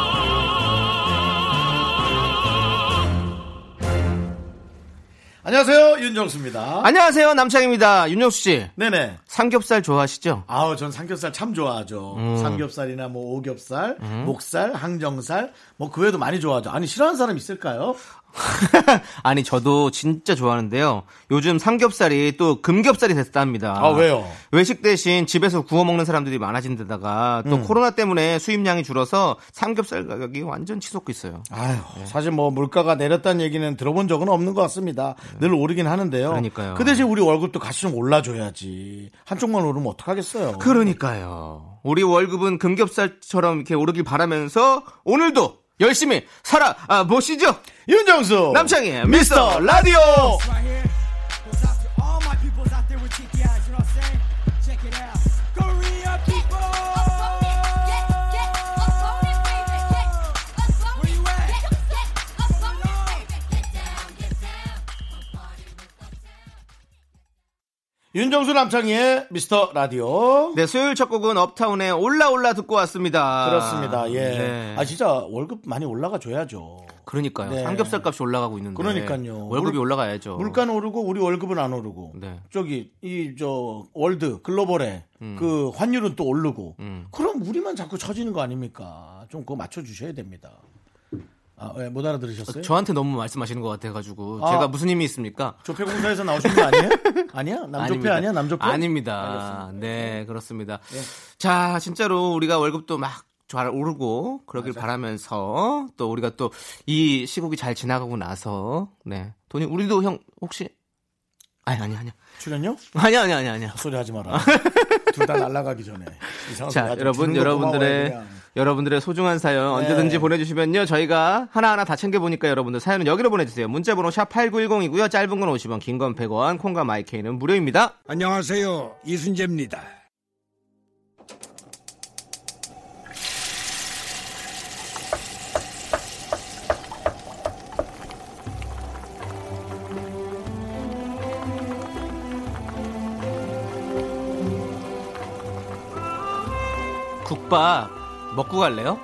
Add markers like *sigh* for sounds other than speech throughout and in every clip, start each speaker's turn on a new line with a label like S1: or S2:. S1: 안녕하세요 윤정수입니다.
S2: 안녕하세요 남창입니다 윤정수 씨
S1: 네네.
S2: 삼겹살 좋아하시죠? *laughs*
S1: 아우 전 삼겹살 참 좋아하죠. 삼겹살이나 뭐 오겹살, 목살, 항정살 뭐 그 외에도 많이 좋아하죠. 아니 싫어하는 사람 있을까요?
S2: 아니 저도 진짜 좋아하는데요 요즘 삼겹살이 또 금겹살이 됐답니다
S1: 아, 왜요?
S2: 외식 대신 집에서 구워 먹는 사람들이 많아진 데다가 또 코로나 때문에 수입량이 줄어서 삼겹살 가격이 완전 치솟고 있어요
S1: 아휴, 사실 뭐 물가가 내렸다는 얘기는 들어본 적은 없는 것 같습니다. 늘 오르긴 하는데요.
S2: 그러니까요.
S1: 네. 그 대신 우리 월급도 같이 좀 올라줘야지. 한쪽만 오르면 어떡하겠어요.
S2: 그러니까요 우리 월급은 금겹살처럼 이렇게 오르길 바라면서 오늘도 열심히 살아 아, 보시죠
S1: 윤정수!
S2: 남창희의 미스터 라디오
S3: right here goes out to all my peoples out there with cheeky eyes. You know what I'm saying? Check it out. Korea people! Where you at?
S1: 윤정수 남창희의 미스터 라디오.
S2: 네, 수요일 첫 곡은 업타운의 올라올라 듣고 왔습니다.
S1: 그렇습니다. 예.
S2: 네.
S1: 아, 진짜 월급 많이 올라가 줘야죠.
S2: 그러니까요.
S1: 네.
S2: 삼겹살 값이 올라가고 있는데.
S1: 그러니까요.
S2: 월급이
S1: 물-
S2: 올라가야죠.
S1: 물가는 오르고 우리 월급은 안 오르고.
S2: 어. 네.
S1: 저기, 이, 저, 월드, 글로벌에
S2: 음.
S1: 그 환율은 또 오르고. 그럼 우리만 자꾸 처지는 거 아닙니까? 좀 그거 맞춰주셔야 됩니다. 아, 예, 못 알아들으셨어요?
S2: 그 저한테 너무 말씀하시는 것 같아가지고
S1: 아.
S2: 제가 무슨 힘이 있습니까?
S1: 조폐공사에서 나오신 거
S2: *laughs*
S1: 아니에요? 아니야? 남조폐
S2: 아닙니다.
S1: 아니야? 남조폐?
S2: 아닙니다.
S1: 예.
S2: 네, 그렇습니다. 자, 진짜로 우리가 월급도 막 잘 오르고 그러길 바라면서 또 우리가 또 이 시국이 잘 지나가고 나서 네 돈이 우리도 형 혹시 아니 아니 아니
S1: 출연료?
S2: 아니 아니 아니 아니
S1: 소리 하지 마라.
S2: *laughs*
S1: 둘 다 날아가기 전에. 이상한 소리
S2: 자,
S1: 하지 마.
S2: 여러분,
S1: 주는 어, 거 고마워요,
S2: 여러분들의
S1: 그냥.
S2: 여러분들의 소중한 사연
S1: 네.
S2: 언제든지 보내주시면요 저희가 하나하나 다 챙겨보니까 여러분들 사연은 여기로 보내주세요. 문자번호 샵 #8910이고요. 짧은 건 50원, 긴 건 100원, 콩과 마이케이는 무료입니다.
S4: 안녕하세요. 이순재입니다.
S2: 국밥 먹고 갈래요?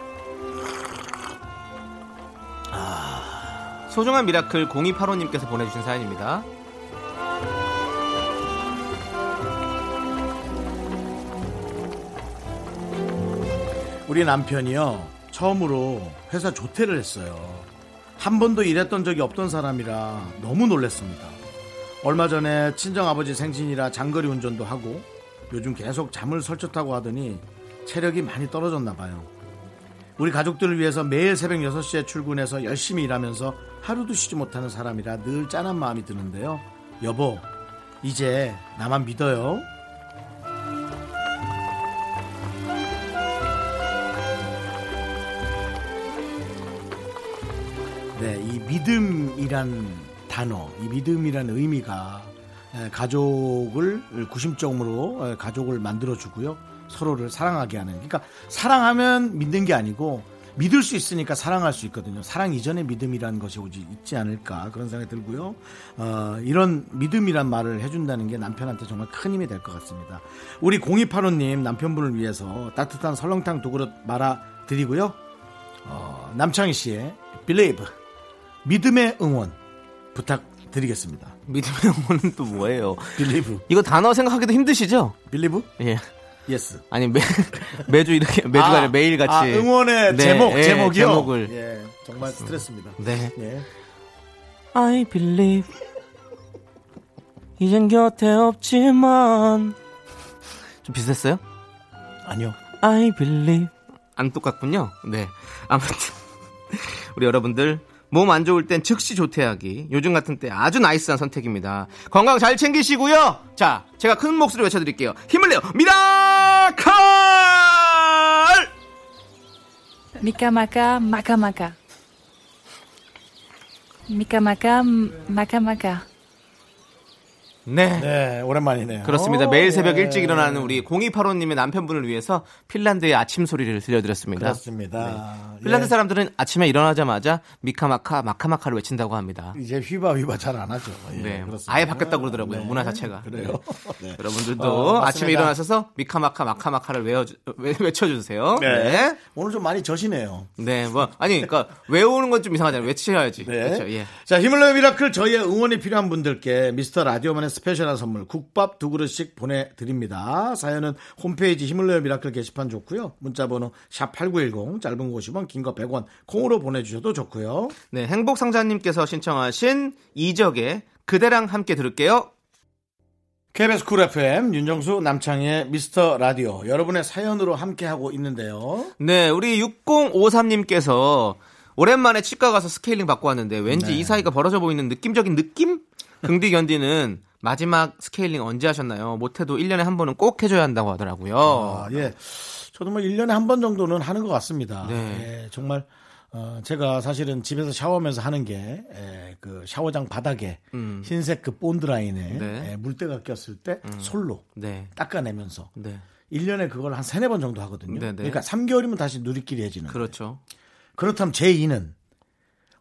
S2: 아, 소중한 미라클 0285님께서 보내주신 사연입니다.
S1: 우리 남편이요. 처음으로 회사 조퇴를 했어요. 한 번도 일했던 적이 없던 사람이라 너무 놀랬습니다. 얼마 전에 친정 아버지 생신이라 장거리 운전도 하고 요즘 계속 잠을 설쳐 타고 하더니 체력이 많이 떨어졌나 봐요. 우리 가족들을 위해서 매일 새벽 6시에 출근해서 열심히 일하면서 하루도 쉬지 못하는 사람이라 늘 짠한 마음이 드는데요. 여보, 이제 나만 믿어요. 네, 이 믿음이란 단어, 이 믿음이란 의미가 에, 가족을 구심점으로 에, 가족을 만들어주고요. 서로를 사랑하게 하는. 그러니까 사랑하면 믿는 게 아니고 믿을 수 있으니까 사랑할 수 있거든요. 사랑 이전에 믿음이라는 것이 오지 있지 않을까 그런 생각이 들고요. 어, 이런 믿음이란 말을 해준다는 게 남편한테 정말 큰 힘이 될 것 같습니다. 우리 0285님 남편분을 위해서 따뜻한 설렁탕 두 그릇 말아 드리고요. 어, 남창희 씨의 Believe 믿음의 응원 부탁드리겠습니다.
S2: 믿음의 영혼은 또 뭐예요?
S1: Believe,
S2: 이거 단어 생각하기도 힘드시죠?
S1: Believe,
S2: 예.
S1: Yes.
S2: 아니 매, *laughs* 매주 이렇게 매주가 아, 매일 같이
S1: 아, 응원의
S2: 네,
S1: 제목
S2: 예,
S1: 제목이요.
S2: 제목을.
S1: 예, 정말 스트레스입니다.
S2: 네.
S1: 예.
S2: I believe 이젠 곁에 없지만 좀 비슷했어요?
S1: 아니요.
S2: I believe 안 똑같군요. 네. 아무튼 우리 여러분들 몸 안 좋을 땐 즉시 조퇴하기. 요즘 같은 때 아주 나이스한 선택입니다. 건강 잘 챙기시고요. 자, 제가 큰 목소리 외쳐드릴게요. 힘을 내요. 미라클!
S5: 미카마카 마카마카 미카마카 마카마카
S2: 네.
S1: 네, 오랜만이네요.
S2: 그렇습니다. 매일 새벽
S1: 예.
S2: 일찍 일어나는 우리 0285님의 남편분을 위해서 핀란드의 아침 소리를 들려드렸습니다.
S1: 그렇습니다. 예.
S2: 네. 핀란드 사람들은 아침에 일어나자마자 미카마카 마카마카를 외친다고 합니다.
S1: 이제 휘바 휘바 잘 안 하죠. 예,
S2: 네,
S1: 그렇습니다.
S2: 아예 바뀌었다고 그러더라고요.
S1: 네,
S2: 문화 자체가.
S1: 그래요. *laughs* 네. 어,
S2: 여러분들도
S1: 맞습니다.
S2: 아침에 일어나셔서 미카마카 마카마카를 외워 *laughs* 외쳐주세요.
S1: 네.
S2: 네.
S1: 오늘 좀 많이 저시네요.
S2: 네, 뭐 아니 그러니까 외우는 건 좀 이상하잖아요. 외쳐야지.
S1: 네.
S2: 그렇죠. 예.
S1: 자, 힘을 내요 미라클 저희의 응원이 필요한 분들께 미스터 라디오만의 스페셜한 선물 국밥 두 그릇씩 보내드립니다. 사연은 홈페이지 힘을 내요 미라클 게시판 좋고요. 문자번호 샵 #8910 짧은 거 50원, 긴 거 100원 콩으로 보내주셔도 좋고요.
S2: 네, 행복 상자님께서 신청하신 이적의 그대랑 함께 들을게요.
S1: KBS 쿨 FM 윤정수 남창의 미스터 라디오 여러분의 사연으로 함께 하고 있는데요.
S2: 네, 우리 6053님께서 오랜만에 치과 가서 스케일링 받고 왔는데 왠지
S1: 네.
S2: 이 사이가 벌어져 보이는 느낌적인 느낌? 긍디 견디는 마지막 스케일링 언제 하셨나요? 못해도 1년에 한 번은 꼭 해줘야 한다고 하더라고요.
S1: 아, 예. 저도 뭐 1년에 한 번 정도는 하는 것 같습니다.
S2: 네.
S1: 예, 정말, 어, 제가 사실은 집에서 샤워하면서 하는 게, 예, 그 샤워장 바닥에 흰색 그 본드라인에
S2: 음. 네.
S1: 예, 물때가 꼈을 때 솔로
S2: 네.
S1: 닦아내면서
S2: 네.
S1: 1년에 그걸 한 세네 번 정도 하거든요.
S2: 네, 네.
S1: 그러니까 3개월이면 다시 누리끼리 해지는.
S2: 그렇죠.
S1: 그렇다면 제2는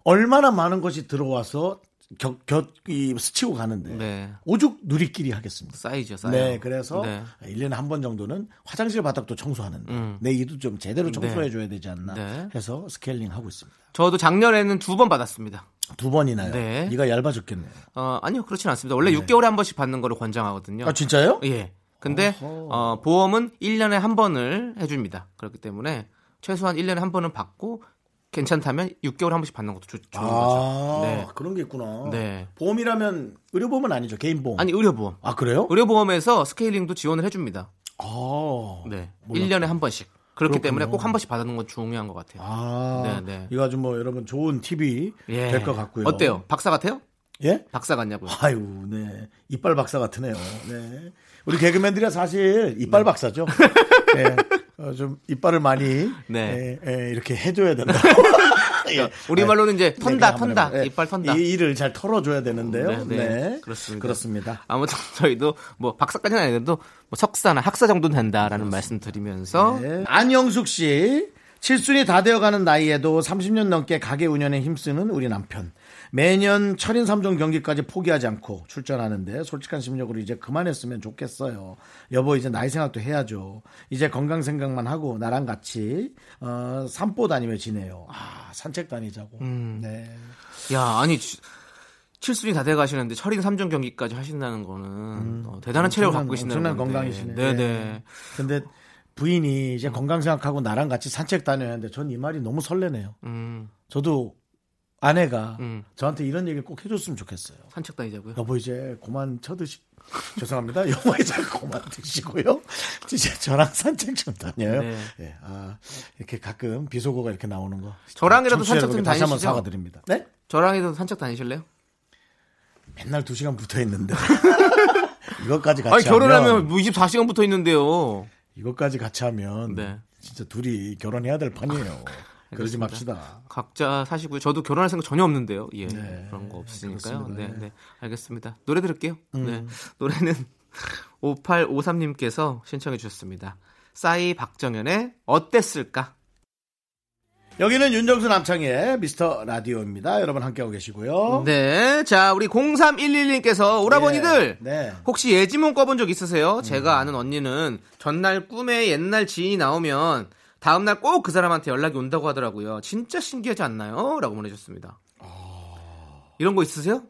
S1: 얼마나 많은 것이 들어와서 겨, 겨, 이, 스치고 가는데
S2: 네.
S1: 오죽 누리끼리 하겠습니다.
S2: 쌓이죠, 쌓여.
S1: 네, 그래서
S2: 네.
S1: 일 1년에 한 번 정도는 화장실 바닥도 청소하는데 내 이도 좀 제대로 청소해 줘야 되지 않나
S2: 음. 네.
S1: 해서 스케일링 하고 있습니다.
S2: 저도 작년에는 두 번 받았습니다.
S1: 두 번이나요.
S2: 네.
S1: 네가 얇아 죽겠네.
S2: 어, 아니요, 그렇진 않습니다. 원래 6개월에 한 번씩 받는 거를 권장하거든요.
S1: 네. 아, 진짜요?
S2: 예. 근데 어, 보험은 1년에 한 번을 해줍니다. 그렇기 때문에 최소한 1년에 한 번은 받고 괜찮다면 6개월 에한 번씩 받는 것도 좋, 좋은
S1: 아,
S2: 거죠. 네.
S1: 그런 게 있구나.
S2: 네.
S1: 보험이라면 의료보험은 아니죠. 개인보험.
S2: 아니 의료보험.
S1: 아, 그래요?
S2: 의료보험에서 스케일링도 지원을 해줍니다.
S1: 아.
S2: 네.
S1: 몰랐-
S2: 1년에 한 번씩. 그렇기
S1: 그렇군요.
S2: 때문에 꼭 한 번씩 받는 건 중요한 것 같아요.
S1: 아.
S2: 네, 네.
S1: 이거 아주 뭐 여러분 좋은 팁이
S2: 예.
S1: 될 것 같고요.
S2: 어때요? 박사 같아요?
S1: 예?
S2: 박사 같냐고요?
S1: 아유, 네. 이빨 박사 같으네요. 네. 우리 개그맨들이 사실 이빨 박사죠.
S2: *laughs*
S1: 네. 어, 좀 이빨을 많이
S2: 네.
S1: 예, 예, 이렇게 해줘야
S2: *laughs*
S1: 된다. 예.
S2: 우리말로는 이제
S1: 네,
S2: 턴다,
S1: 그냥
S2: 턴다.
S1: 한번 해봐요. 예.
S2: 이빨 턴다.
S1: 이 일을 잘 털어줘야 되는데요.
S2: 네,
S1: 네,
S2: 네. 그렇습니다.
S1: 그렇습니다.
S2: 아무튼 저희도 뭐 박사까지는 아니더라도 뭐 석사나 학사 정도는 된다라는 말씀 드리면서
S1: 네. 안영숙 씨. 칠순이 다 되어가는 나이에도 30년 넘게 가게 운영에 힘쓰는 우리 남편. 매년 철인 3종 경기까지 포기하지 않고 출전하는데 솔직한 심력으로 이제 그만했으면 좋겠어요. 여보 이제 나이 생각도 해야죠. 이제 건강 생각만 하고 나랑 같이 어, 산보 다니며 지내요. 아 산책 다니자고.
S2: 음.
S1: 네.
S2: 야, 아니 치- 칠순이 다 돼가시는데 철인 3종 경기까지 하신다는 거는 어, 대단한 체력을 갖고
S1: 음,
S2: 계신다는
S1: 엄청난
S2: 건데.
S1: 건강이시네.
S2: 네네. 음.
S1: 네. 근데 부인이 이제 건강 생각하고 나랑 같이 산책 다녀야 하는데 전 이 말이 너무 설레네요.
S2: 음,
S1: 저도 아내가
S2: 음.
S1: 저한테 이런 얘기를 꼭 해줬으면 좋겠어요.
S2: 산책 다니자고요.
S1: 여보 이제 그만 쳐드시 *laughs* 죄송합니다. 영화 이제 그만 드시고요. *laughs* 이제 저랑 산책 좀 다녀요.
S2: 네.
S1: 예, 아, 이렇게 가끔 비속어가 이렇게 나오는 거.
S2: 저랑이라도
S1: 청취자
S2: 산책 좀
S1: 여러분께 다시 한번
S2: 다니시죠?
S1: 사과드립니다. 네?
S2: 저랑이도 산책 다니실래요?
S1: 맨날 두 시간 붙어 있는데 *laughs* 이것까지 같이
S2: 아니 결혼하면
S1: 하면
S2: 뭐 24시간 붙어 있는데요.
S1: 이것까지 같이 하면
S2: 네. 아,
S1: 진짜 둘이 결혼해야 될 판이에요. 그러지 맙시다.
S2: 각자 사시고요. 저도 결혼할 생각 전혀 없는데요. 예.
S1: 네.
S2: 그런 거 없으니까요.
S1: 그렇습니다. 음.
S2: 네, 네. 알겠습니다. 노래 들을게요. 네. 노래는 *laughs* 5853님께서 신청해 주셨습니다. 싸이 박정현의 어땠을까?
S1: 여기는 윤정수 남창의 미스터 라디오입니다. 여러분 함께하고 계시고요.
S2: 네. 자, 우리 0311님께서 오라버니들.
S1: 어? 예, 네.
S2: 혹시 예지몽 꿔본 적 있으세요? 제가 아는 언니는 전날 꿈에 옛날 지인이 나오면 다음날 꼭 그 사람한테 연락이 온다고 하더라고요. 진짜 신기하지 않나요? 라고 보내주셨습니다. 이런 거 있으세요?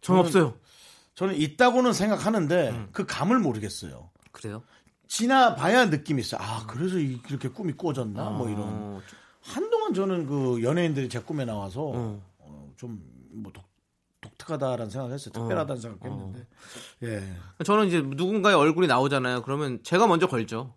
S2: 전 없어요.
S1: 저는 있다고는 생각하는데 그 감을 모르겠어요.
S2: 그래요?
S1: 지나봐야 느낌이 있어요. 아, 그래서 이- 이렇게 꿈이 꿔졌나? 뭐 이런.
S2: 어,
S1: 한동안 저는 그 연예인들이 제 꿈에 나와서
S2: 어.
S1: 어, 좀뭐 독특하다라는 생각했어요. 특별하다는 생각했는데.
S2: 어.
S1: 예.
S2: 저는 이제 누군가의 얼굴이 나오잖아요. 그러면 제가 먼저 걸죠.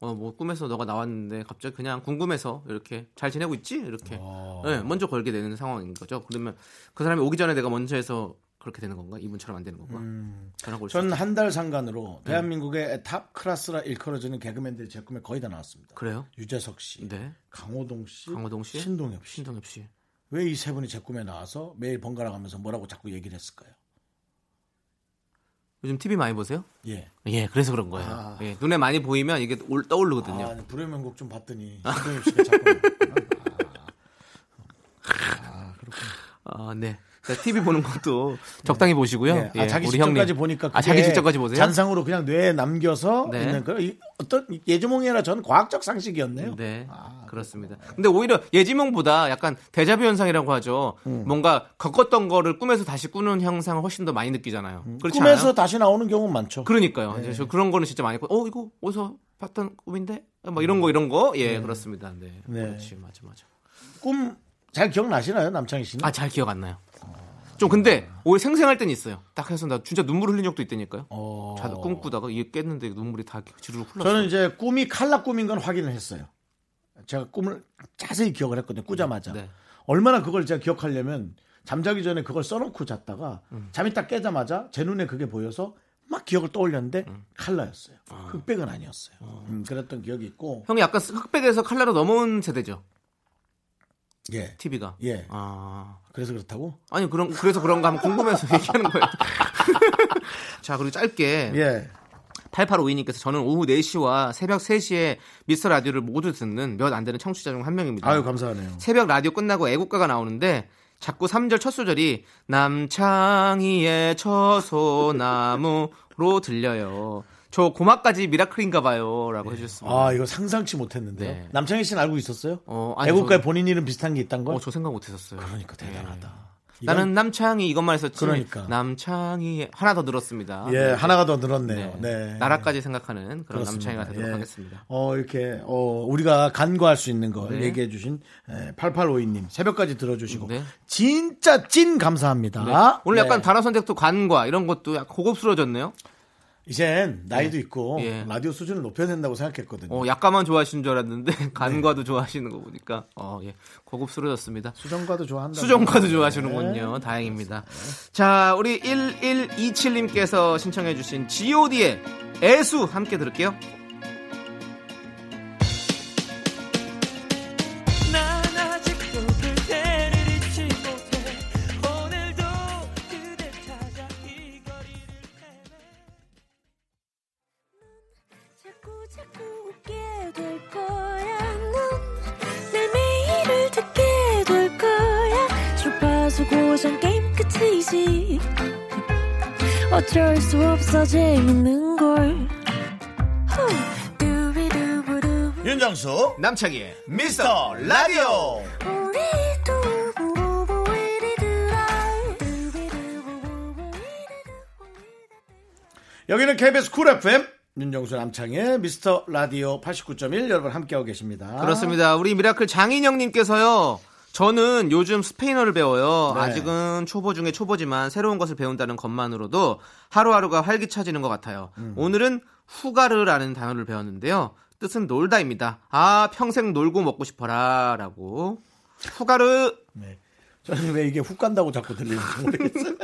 S2: 어, 뭐 꿈에서 너가 나왔는데 갑자기 그냥 궁금해서 이렇게 잘 지내고 있지? 이렇게
S1: 아.
S2: 예, 먼저 걸게 되는 상황인 거죠. 그러면 그 사람이 오기 전에 내가 먼저 해서 그렇게 되는 건가? 이분처럼 안 되는 건가? 전화가 올수
S1: 음. 전
S2: 있죠.
S1: 한 달 상간으로
S2: 음.
S1: 대한민국의 탑 클래스라 일컬어지는 개그맨들이 제 꿈에 거의 다 나왔습니다.
S2: 그래요?
S1: 유재석 씨,
S2: 네.
S1: 강호동 씨,
S2: 강호동 씨?
S1: 신동엽 씨.
S2: 신동엽 씨.
S1: 왜 이 세 분이 제 꿈에 나와서 매일 번갈아 가면서 뭐라고 자꾸 얘기를 했을까요?
S2: 요즘 TV 많이 보세요?
S1: 예.
S2: 예, 그래서 그런 거예요. 예, 눈에 많이 보이면 이게 올, 떠오르거든요.
S1: 아, 불의 명곡 좀 봤더니 신동엽 씨가 자꾸
S2: *laughs* 아, 네. 그러니까 TV 보는 *laughs* 것도 적당히 보시고요.
S1: 네. 아,
S2: 예,
S1: 자기
S2: 우리
S1: 직전까지
S2: 형님.
S1: 보니까
S2: 아, 자기
S1: 그게
S2: 직전까지 보세요.
S1: 잔상으로 그냥 뇌에 남겨서
S2: 네.
S1: 있는 그 이- 어떤 예조몽이 아니라 저는 과학적 상식이었네요.
S2: 네. 그렇습니다. 근데 오히려 예지몽보다 약간 데자뷰 현상이라고 하죠. 뭔가 겪었던 거를 꿈에서 다시 꾸는 현상을 훨씬 더 많이 느끼잖아요. 그렇지
S1: 꿈에서
S2: 않아요?
S1: 다시 나오는 경우는 많죠.
S2: 그러니까요. 이제 저 그런 거는 진짜 많이 꾸- 어, 이거 어디서 봤던 꿈인데? 막 이런 거 이런 거. 예, 그렇습니다. 네.
S1: 네.
S2: 그렇지. 맞아 맞아.
S1: 꿈 잘 기억나시나요, 남창희 씨는?
S2: 아, 잘 기억 안 나요. 좀 근데 오히려 생생할 땐 있어요. 딱 해서 나 진짜 눈물 흘린 적도 있다니까요.
S1: 어.
S2: 자다 꿈꾸다가 이게 깼는데 눈물이 다 지르르 흘렀어요.
S1: 저는 이제 꿈이 칼라 꿈인 건 확인을 했어요. 제가 꿈을 자세히 기억을 했거든요. 꾸자마자.
S2: 네.
S1: 얼마나 그걸 제가 기억하려면 잠자기 전에 그걸 써놓고 잤다가
S2: 음.
S1: 잠이 딱 깨자마자 제 눈에 그게 보여서 막 기억을 떠올렸는데
S2: 음.
S1: 칼라였어요.
S2: 아.
S1: 그 흑백은 아니었어요. 음, 그랬던 기억이 있고.
S2: 형이 약간 흑백에서 칼라로 넘어온 세대죠.
S1: 예.
S2: TV가.
S1: 예.
S2: 아.
S1: 그래서 그렇다고?
S2: 아니 그런 그래서 그런가 하면 궁금해서 *laughs* 얘기하는 거예요. 자 그리고 짧게
S1: 예.
S2: 8852님께서 저는 오후 4시와 새벽 3시에 미스터 라디오를 모두 듣는 몇 안 되는 청취자 중 한 명입니다.
S1: 아유, 감사하네요.
S2: 새벽 라디오 끝나고 애국가가 나오는데 자꾸 3절 첫 소절이 남창희의 처소나무로 들려요. 저 고막까지 미라클인가 봐요. 라고 해주셨습니다.
S1: 아, 이거 상상치 못했는데요.
S2: 네.
S1: 남창희 씨는 알고 있었어요?
S2: 어, 아니,
S1: 애국가에
S2: 저는-
S1: 본인 이름 비슷한 게 있단 걸?
S2: 어, 저 생각 못했었어요.
S1: 그러니까 대단하다. 이건-
S2: 나는 남창희 이것만 했었지.
S1: 그러니까.
S2: 남창희 하나 더 늘었습니다.
S1: 예,
S2: 네.
S1: 하나가 더 늘었네요. 네.
S2: 나라까지 생각하는 그런
S1: 그렇습니다.
S2: 남창희가 되도록
S1: 예.
S2: 하겠습니다.
S1: 어, 이렇게, 어, 우리가 간과할 수 있는 걸
S2: 네.
S1: 얘기해 주신 8852님 새벽까지 들어주시고.
S2: 네.
S1: 진짜 찐 감사합니다.
S2: 오늘
S1: 네.
S2: 약간 단어 선택도 관과 이런 것도 약간 고급스러워졌네요.
S1: 이젠 나이도 있고
S2: 예.
S1: 라디오 수준을 높여야 된다고 생각했거든요.
S2: 어, 약간만 좋아하시는 줄 알았는데 *laughs* 간과도 좋아하시는 거 보니까 어, 예. 고급스러워졌습니다.
S1: 수정과도 네. 좋아한다.
S2: 수정과도 좋아하시는군요. 다행입니다. 자, 우리 1127님께서 신청해 주신 god의 애수 함께 들을게요.
S5: 난 아직도 그대를 잊지 못해 오늘도 그대 찾아 이 거리를 헤매
S6: 자꾸 자꾸 웃게 될 거야. 넌내 매일을 듣게 될 거야. 주파수 고정 게임 끝이지. 어쩔 수 없어 재밌는 걸. 후. 두비두부두.
S1: 윤정수
S2: 남창희의
S1: 미스터 라디오.
S6: 우리 두부부부 우리들아. 두비두부부부 우리들아.
S1: 여기는 KBS 쿨 FM 윤정수 남창의 미스터 라디오 89.1 여러분 함께하고 계십니다.
S2: 아. 그렇습니다. 우리 미라클 장인영님께서요. 저는 요즘 스페인어를 배워요.
S1: 네.
S2: 아직은 초보 중에 초보지만 새로운 것을 배운다는 것만으로도 하루하루가 활기차지는 것 같아요. 오늘은 후가르라는 단어를 배웠는데요. 뜻은 놀다입니다. 아 평생 놀고 먹고 싶어라라고 후가르
S1: 네. 저는 왜 이게 훅 간다고 자꾸 들리는지
S2: *laughs*
S1: 모르겠어요.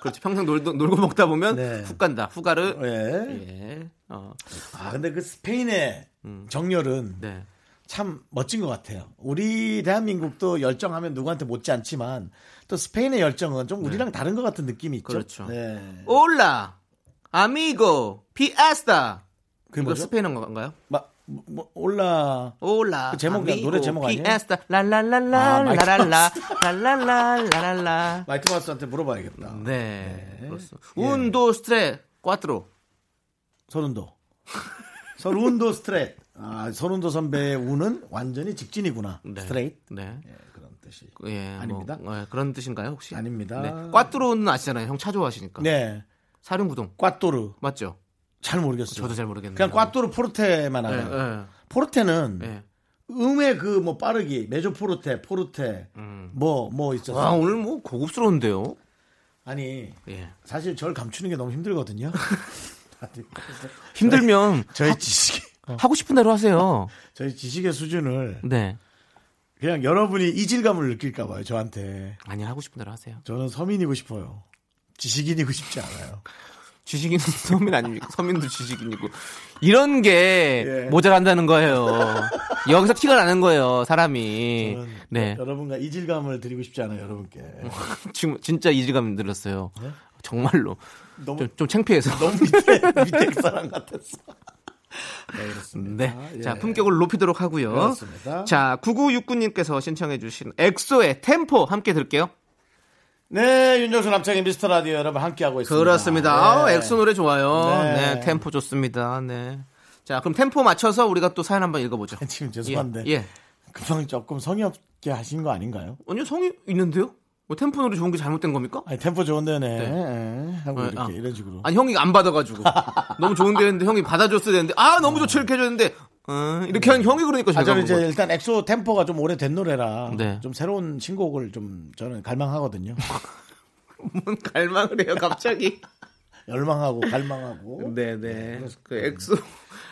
S2: 그렇죠. 평생 놀, 놀고 먹다 보면
S1: 네.
S2: 훅 간다. 후가르
S1: 예.
S2: 예. 어.
S1: 아 근데 그 스페인의 정열은
S2: 네.
S1: 참 멋진 것 같아요. 우리 대한민국도 열정하면 누구한테 못지않지만 또 스페인의 열정은 좀 우리랑 다른 것 같은 느낌이 있죠.
S2: 네. 그렇죠.
S1: 네.
S2: 올라 아미고 피아스타
S1: 그게
S2: 이거
S1: 뭐죠?
S2: 스페인어 건가요?
S1: 막 뭐, 뭐, 올라
S2: 올라
S1: 그 제목,
S2: amigo,
S1: 노래 제목 아니에요?
S2: 피에스타
S1: 아, 마이클
S2: 랄랄랄랄라랄라 랄랄랄랄라
S1: 마이크 마스한테 물어봐야겠다.
S2: 네 그렇습니다
S1: 예.
S2: 운도 스트레 꽈트로
S1: 서른도. 서른도 스트레이트. 아, 서른도 선배의 운은 완전히 직진이구나. 스트레이트.
S2: 네
S1: 예, 그런 뜻이.
S2: 예,
S1: 아닙니다.
S2: 뭐, 예, 그런 뜻인가요 혹시? 네.
S1: 아닙니다.
S2: 꽈트로는 아시잖아요 형 차 좋아하시니까
S1: 네.
S2: 사륜구동
S1: 꽈또르.
S2: 맞죠?
S1: 잘 모르겠어요.
S2: 저도 잘 모르겠네요
S1: 그냥 음. 꽈또르 포르테만
S2: 예,
S1: 알아요.
S2: 예,
S1: 포르테는
S2: 예.
S1: 음의 그 뭐 빠르기, 메조 포르테, 포르테, 뭐 뭐 있어서.
S2: 와 음. 오늘 뭐 고급스러운데요
S1: 아니,
S2: 예.
S1: 사실 절 감추는 게 너무 힘들거든요.
S2: *laughs*
S1: 아니, 그래서
S2: 힘들면
S1: 저희 지식이
S2: 하고 싶은 대로 하세요
S1: *laughs* 저희 지식의 수준을
S2: 네
S1: 그냥 여러분이 이질감을 느낄까 봐요, 저한테.
S2: 아니 하고 싶은 대로 하세요
S1: 저는 서민이고 싶어요. 지식인이고 싶지 않아요.
S2: 지식인은 *laughs* 서민 아닙니까? 서민도 지식인이고. 이런 게
S1: 예.
S2: 모자란다는 거예요. 여기서 티가 나는 거예요, 사람이.
S1: 저는
S2: 네. *laughs*
S1: 여러분과 이질감을 드리고 싶지 않아요, 여러분께.
S2: 지금 진짜 이질감 들었어요. 정말로
S1: 너무-
S2: 좀, 좀 창피해서
S1: 너무 밑에 *laughs* 밑에 그 사람 같았어.
S2: *laughs* 네. 자, 품격을 높이도록 하고요.
S1: 예. 그렇습니다.
S2: 자, 9969님께서 신청해 주신 엑소의 템포 함께 들게요.
S1: 네, 윤정수 남창의 미스터 라디오 여러분 함께하고 있습니다.
S2: 그렇습니다. 아우,
S1: 네.
S2: 엑소 노래 좋아요.
S1: 네.
S2: 네. 템포 좋습니다. 네. 자, 그럼 템포 맞춰서 우리가 또 사연 한번 읽어보죠.
S1: *laughs* 지금 아, 죄송한데
S2: 예. 예.
S1: 금방 조금 성의 없게 하신 거 아닌가요?
S2: 아니요, 성이 있는데요? 뭐 템포 노래 좋은 게 잘못된 겁니까?
S1: 아니 템포 좋은데네 예, 하고
S2: 어,
S1: 이렇게
S2: 아.
S1: 이런 식으로
S2: 아니, 형이
S1: *laughs*
S2: 안 받아가지고. 너무 좋은데 했는데, 형이 받아줬어야 되는데, 아, 너무 좋지, 이렇게 해줬는데, 어, 이렇게 하는 형이 그러니까
S1: 아,
S2: 제가.
S1: 저는
S2: 그런
S1: 이제
S2: 거죠.
S1: 일단 엑소 템포가 좀 오래된 노래라
S2: 네.
S1: 좀 새로운 신곡을 좀 저는
S2: *laughs*
S1: 갈망하거든요.
S2: 뭔 *laughs* 갈망을 해요, 갑자기.
S1: *laughs* 열망하고 갈망하고.
S2: 네네. 그 엑소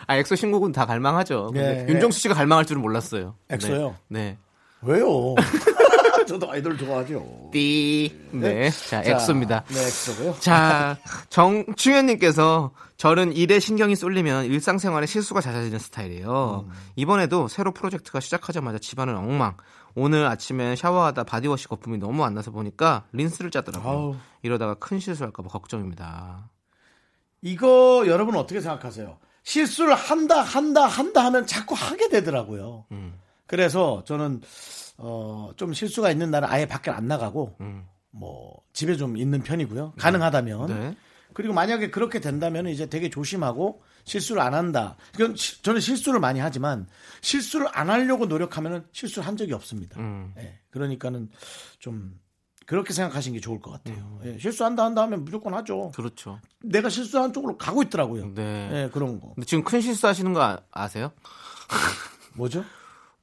S2: 아 엑소 신곡은 다 갈망하죠. 근데
S1: 네.
S2: 윤정수 씨가 갈망할 줄은 몰랐어요.
S1: 엑소요?
S2: 네.
S1: 왜요? *laughs* 저도 아이돌 좋아하죠.
S2: 네. 띠. 네. 자
S1: 자,
S2: 엑소입니다.
S1: 네, 엑소고요.
S2: 자 정충현님께서 저는 일에 신경이 쏠리면 일상생활에 실수가 잦아지는 스타일이에요.
S1: 음.
S2: 이번에도 새로 프로젝트가 시작하자마자 집안은 엉망. 오늘 아침에 샤워하다 바디워시 거품이 너무 안 나서 보니까 린스를 짜더라고요.
S1: 아우.
S2: 이러다가 큰 실수할까봐 걱정입니다.
S1: 이거 여러분 어떻게 생각하세요? 실수를 한다 한다 한다 하면 자꾸 하게 되더라고요.
S2: 음.
S1: 그래서 저는 어, 좀 실수가 있는 날은 아예 밖에 안 나가고 뭐 집에 좀 있는 편이고요. 가능하다면.
S2: 음. 네.
S1: 그리고 만약에 그렇게 된다면 이제 되게 조심하고 실수를 안 한다. 그건 시- 저는 실수를 많이 하지만 실수를 안 하려고 노력하면 실수를 한 적이 없습니다.
S2: 음.
S1: 예, 그러니까는 좀 그렇게 생각하시는 게 좋을 것 같아요. 예, 실수한다 한다 하면 무조건 하죠.
S2: 음. 그렇죠.
S1: 내가 실수한 쪽으로 가고 있더라고요.
S2: 네.
S1: 예, 그런 거.
S2: 근데 지금 큰 실수하시는 거 아- 아세요?
S1: 뭐죠?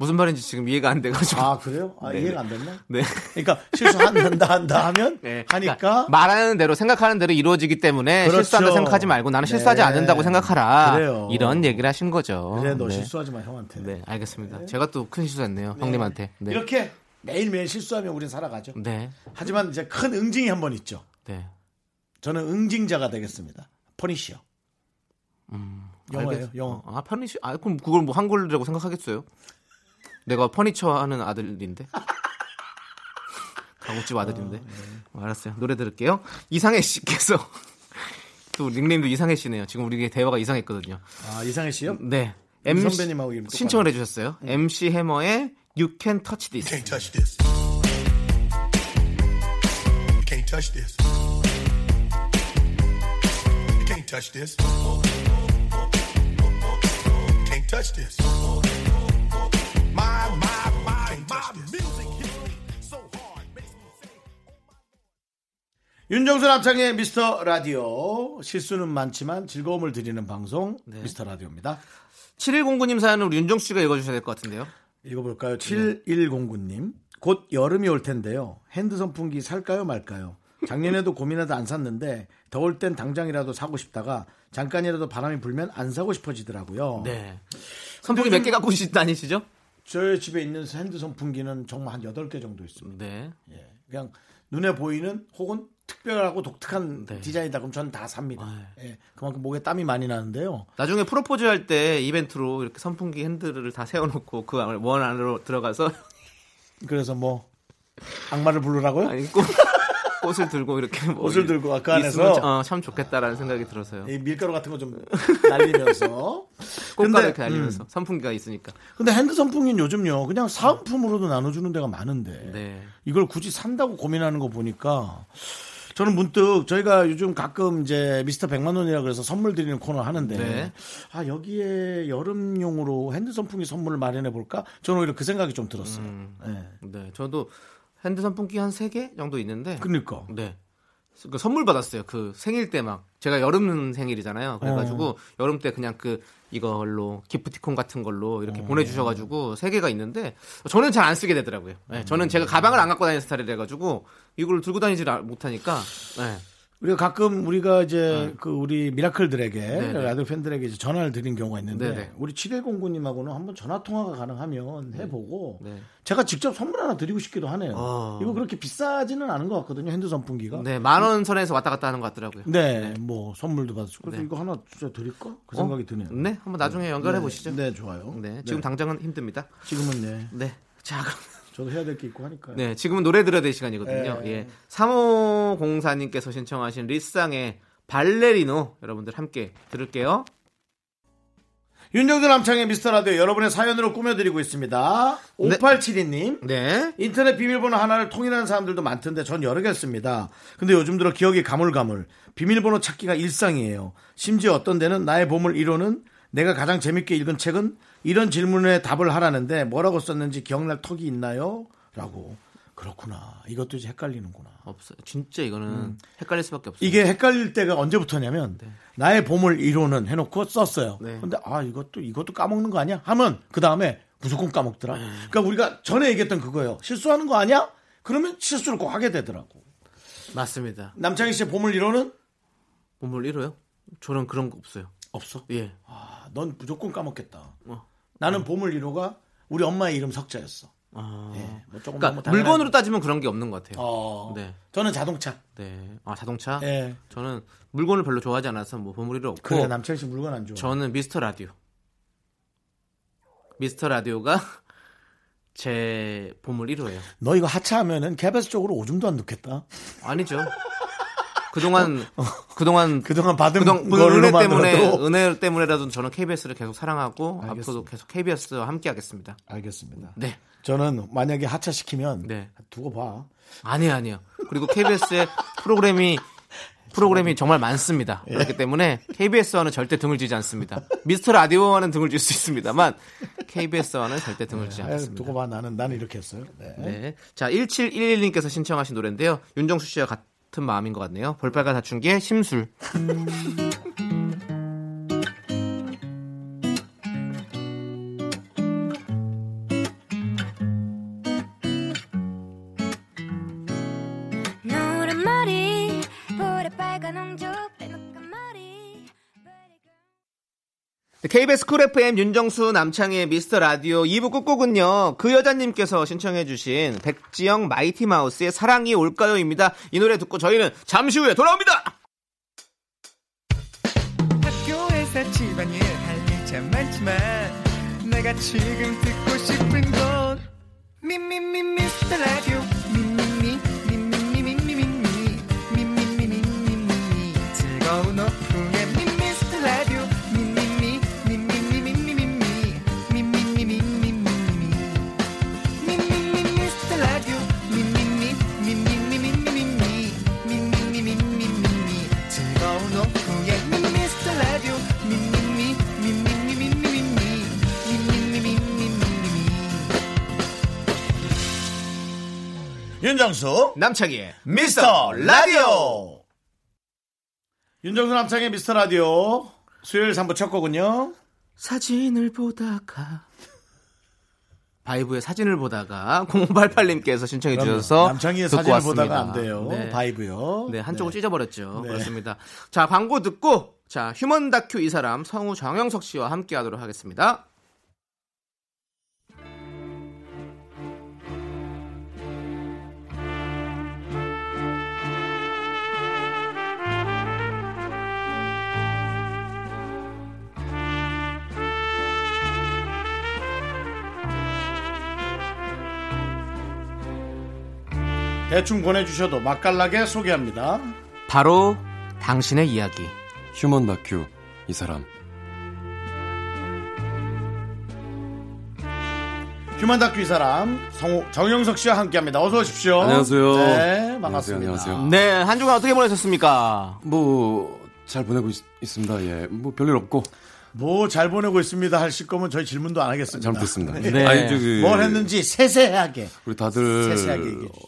S2: 무슨 말인지 지금 이해가 안 돼가지고.
S1: 아, 그래요? 아,
S2: 네.
S1: 이해가 안 됐나?
S2: *laughs* 네.
S1: 그러니까
S2: *laughs*
S1: 실수한다 한다 하면
S2: 네.
S1: 하니까
S2: 그러니까 말하는 대로 생각하는 대로 이루어지기 때문에
S1: 그렇죠.
S2: 실수한다 생각하지 말고 나는 실수하지
S1: 네.
S2: 않는다고 생각하라.
S1: 그래요.
S2: 이런 얘기를 하신 거죠.
S1: 그래 너
S2: 네.
S1: 실수하지 마 형한테.
S2: 네, 알겠습니다. 제가 또 큰 실수했네요. 형님한테. 네.
S1: 이렇게 매일매일 실수하면 우린 살아가죠.
S2: 네.
S1: 하지만 이제 큰 응징이 한 번 있죠.
S2: 네.
S1: 저는 응징자가 되겠습니다. 퍼니셔. 영어예요,
S2: 음, 알겠-
S1: 영어.
S2: 아, 퍼니처. 아, 그럼 그걸 뭐 한글이라고 생각하겠어요? 내가 퍼니처 하는 아들인데. 가구집 아들인데.
S1: 네.
S2: 어, 알았어요. 노래 들을게요. 이상해 씨께서 *laughs* 또 닉네임도 이상해 씨네요. 지금 우리 대화가 이상했거든요.
S1: 아, 이상해 씨요?
S2: 네.
S1: 임
S2: MC
S1: 선배님하고 이름 똑같네. 음.
S2: 신청을 해주셨어요. MC 해머의 You Can Touch This.
S7: touch this. You can't touch this. You can't touch this. Can't touch this. My, my, my, my music hits me so hard. Makes me say.
S1: 윤정수 남창의 미스터 라디오. 실수는 많지만 즐거움을 드리는 방송
S2: 네.
S1: 미스터 라디오입니다.
S2: 7109님 사연은 우리 윤정수 씨가 읽어주셔야 될 것 같은데요.
S1: 읽어볼까요?
S2: 네.
S1: 7109님. 곧 여름이 올 텐데요. 핸드 선풍기 살까요 말까요? 작년에도 고민하다 안 샀는데 더울 땐 당장이라도 사고 싶다가 잠깐이라도 바람이 불면 안 사고 싶어지더라고요.
S2: 네. 선풍기 몇 개 갖고 다니시죠?
S1: 저희 집에 있는 핸드 선풍기는 정말 한 8개 정도 있습니다.
S2: 네.
S1: 예. 그냥 눈에 보이는 혹은 특별하고 독특한
S2: 네. 아,
S1: 디자인이다 그럼 저는 다 삽니다. 예. 그만큼 목에 땀이 많이 나는데요.
S2: 나중에 프로포즈 할 때 이벤트로 이렇게 선풍기 핸들을 다 세워놓고 그 원 안으로 들어가서 *laughs*
S1: 그래서 뭐 악마를 부르라고요?
S2: 아니, 꽃, 꽃을 들고 이렇게 뭐
S1: 꽃을 들고 아까 안에서? 예.
S2: 있으면 참- 어, 참 좋겠다라는 생각이 들어서요.
S1: 이 밀가루 같은 거 좀 날리면서
S2: *laughs* 꽃가루
S1: 근데, 음.
S2: 이렇게 날리면서 선풍기가 있으니까.
S1: 근데 핸드 선풍기는 요즘요 그냥 사은품으로도 나눠주는 데가 많은데
S2: 네.
S1: 이걸 굳이 산다고 고민하는 거 보니까 저는 문득 저희가 요즘 가끔 이제 미스터 백만 원이라 그래서 선물 드리는 코너 하는데
S2: 네.
S1: 아 여기에 여름용으로 핸드 선풍기 선물을 마련해 볼까 저는 오히려 그 생각이 좀 들었어요. 예.
S2: 네. 저도 핸드 선풍기 한 세 개 정도 있는데.
S1: 그러니까
S2: 네. 그 선물 받았어요. 그 생일 때 막 제가 여름 생일이잖아요. 그래가지고 여름 때 그냥 그 이걸로 기프티콘 같은 걸로 이렇게 보내주셔가지고 세 개가 있는데 저는 잘 안 쓰게 되더라고요. 네, 저는 제가 가방을 안 갖고 다니는 스타일이라 가지고 이걸 들고 다니질 아- 못하니까 네,
S1: 우리가 가끔 우리가 이제 그 우리 미라클들에게
S2: 네.
S1: 라디오 팬들에게 이제 전화를 드린 경우가 있는데
S2: 네, 네.
S1: 우리 7109님하고는 한번 전화 통화가 가능하면 해보고
S2: 네.
S1: 제가 직접 선물 하나 드리고 싶기도 하네요.
S2: 어.
S1: 이거 그렇게 비싸지는 않은 것 같거든요. 핸드 선풍기가. 네.
S2: 네, 만 원 선에서 왔다 갔다 하는 것 같더라고요.
S1: 뭐 선물도 받았고 그래서
S2: 네.
S1: 이거 하나 진짜 드릴까 그 생각이 드네요.
S2: 네, 한번 나중에 연결해 보시죠.
S1: 네, 좋아요.
S2: 네, 지금 당장은 힘듭니다.
S1: 지금은 네.
S2: 네, 자 그럼
S1: 저도 해야 될 게 있고 하니까요.
S2: 네, 지금은 노래 들어야 될 시간이거든요.
S1: 네.
S2: 예. 3504님께서 신청하신 리쌍의 발레리노 여러분들 함께 들을게요.
S1: 윤정수 남창의 미스터 라디오 여러분의 사연으로 꾸며드리고 있습니다. 5872님.
S2: 네.
S1: 인터넷 비밀번호 하나를 통일하는 사람들도 많던데 전 여러 개 씁니다. 근데 요즘 들어 기억이 가물가물. 비밀번호 찾기가 일상이에요. 심지어 어떤 데는 나의 보물 1호는 내가 가장 재밌게 읽은 책은 이런 질문에 답을 하라는데 뭐라고 썼는지 기억날 턱이 있나요? 라고. 그렇구나. 이것도 이제 헷갈리는구나.
S2: 없어요. 진짜 이거는 헷갈릴 수밖에
S1: 음.
S2: 없어요.
S1: 이게 헷갈릴 때가 언제부터냐면 나의 보물 1호는 해놓고 썼어요.
S2: 네.
S1: 근데 아 이것도 이것도 까먹는 거 아니야? 하면 그 다음에 무조건 까먹더라.
S2: 네.
S1: 그러니까 우리가 전에 얘기했던 그거예요. 실수하는 거 아니야? 그러면 실수를 꼭 하게 되더라고.
S2: 맞습니다.
S1: 남창희 씨의 보물 1호는
S2: 몸을 잃어요? 저는 그런 거 없어요.
S1: 없어.
S2: 예.
S1: 아, 넌 무조건 까먹겠다.
S2: 어.
S1: 나는 보물 1호가 우리 엄마의 이름 석자였어.
S2: 아.
S1: 예, 뭐 조금
S2: 그러니까
S1: 너무 당연한-
S2: 물건으로 따지면 그런 게 없는 것 같아요.
S1: 어,
S2: 네.
S1: 저는 자동차.
S2: 네. 아 자동차.
S1: 예.
S2: 저는 물건을 별로 좋아하지 않아서 뭐 보물이 없고
S1: 그래 남창희 씨 물건 안 좋아.
S2: 저는 미스터 라디오. 미스터 라디오가 *laughs* 제 보물 1호예요.
S1: 너 이거 하차하면은 개베스 쪽으로 오줌도 안 넣겠다.
S2: 아니죠. 그동안
S1: *laughs*
S2: 그동안
S1: 그동안 받은
S2: 그동
S1: 걸로
S2: 은혜 때문에
S1: 만들어도
S2: 은혜 때문에라도 저는 KBS를 계속 사랑하고 앞으로도 계속 KBS와 함께하겠습니다.
S1: 알겠습니다.
S2: 네.
S1: 저는 만약에 하차시키면
S2: 네.
S1: 두고 봐.
S2: 아니에요, 아니에요. 그리고 KBS의 프로그램이 프로그램이 정말 많습니다.
S1: 예.
S2: 그렇기 때문에 KBS와는 절대 등을 지지 않습니다. 미스터 라디오와는 등을 질 수 있습니다만 KBS와는 절대 등을 지지
S1: 아,
S2: 않습니다.
S1: 두고 봐. 나는 나는 이렇게 했어요. 네.
S2: 네. 자, 1711님께서 신청하신 노래인데요. 윤정수 씨와 같은 마음인 것 같네요. 볼빨간 사춘기의 심술.
S6: 노란 머리 보라 빨간 옹주 빼먹은 머리
S2: KBS 쿨 FM 윤정수 남창의 미스터 라디오 2부 끝곡은요. 그 여자님께서 신청해주신 백지영 마이티 마우스의 사랑이 올까요입니다. 이 노래 듣고 저희는 잠시 후에 돌아옵니다.
S5: 학교에서 집안일 할 일 참 많지만 내가 지금 듣고 싶은 건 미미미 미스터 라디오 미미미 미미미 미미미 미미미 미미미 미미미 즐거운 오후에 미미스터 라디오 미미미 미미미 미미미 미미미 미미미 미미미
S1: 윤정수
S2: 남창의
S1: 미스터 라디오. 윤정수 남창의 미스터 라디오 수요일 3부 첫 곡은요.
S2: 사진을 보다가 바이브의 사진을 보다가 0088님께서 신청해 주셔서
S1: 남창희의
S2: 듣고
S1: 사진을
S2: 왔습니다.
S1: 보다가 안 돼요.
S2: 네.
S1: 바이브요.
S2: 네, 한쪽을 찢어버렸죠.
S1: 네.
S2: 그렇습니다. 자, 광고 듣고, 자, 휴먼 다큐 이 사람, 성우 정영석 씨와 함께 하도록 하겠습니다.
S1: 대충 보내주셔도 맛깔나게 소개합니다.
S2: 바로 당신의 이야기.
S8: 휴먼 다큐 이 사람
S1: 휴먼 다큐 이 사람 성우 정영석 씨와 함께합니다. 어서 오십시오.
S8: 안녕하세요.
S1: 네, 반갑습니다.
S8: 안녕하세요, 안녕하세요.
S2: 네, 한 주간 어떻게 보내셨습니까?
S8: 뭐 잘 보내고 있, 습니다 예, 뭐 별일 없고
S1: 뭐 잘 보내고 있습니다 하실 거면 저희 질문도 안 하겠습니다.
S8: 잘못했습니다.
S2: 네.
S8: 아니 저기
S1: 뭘 했는지 세세하게.
S8: 우리 다들
S1: 세세하게 얘기해 주시죠.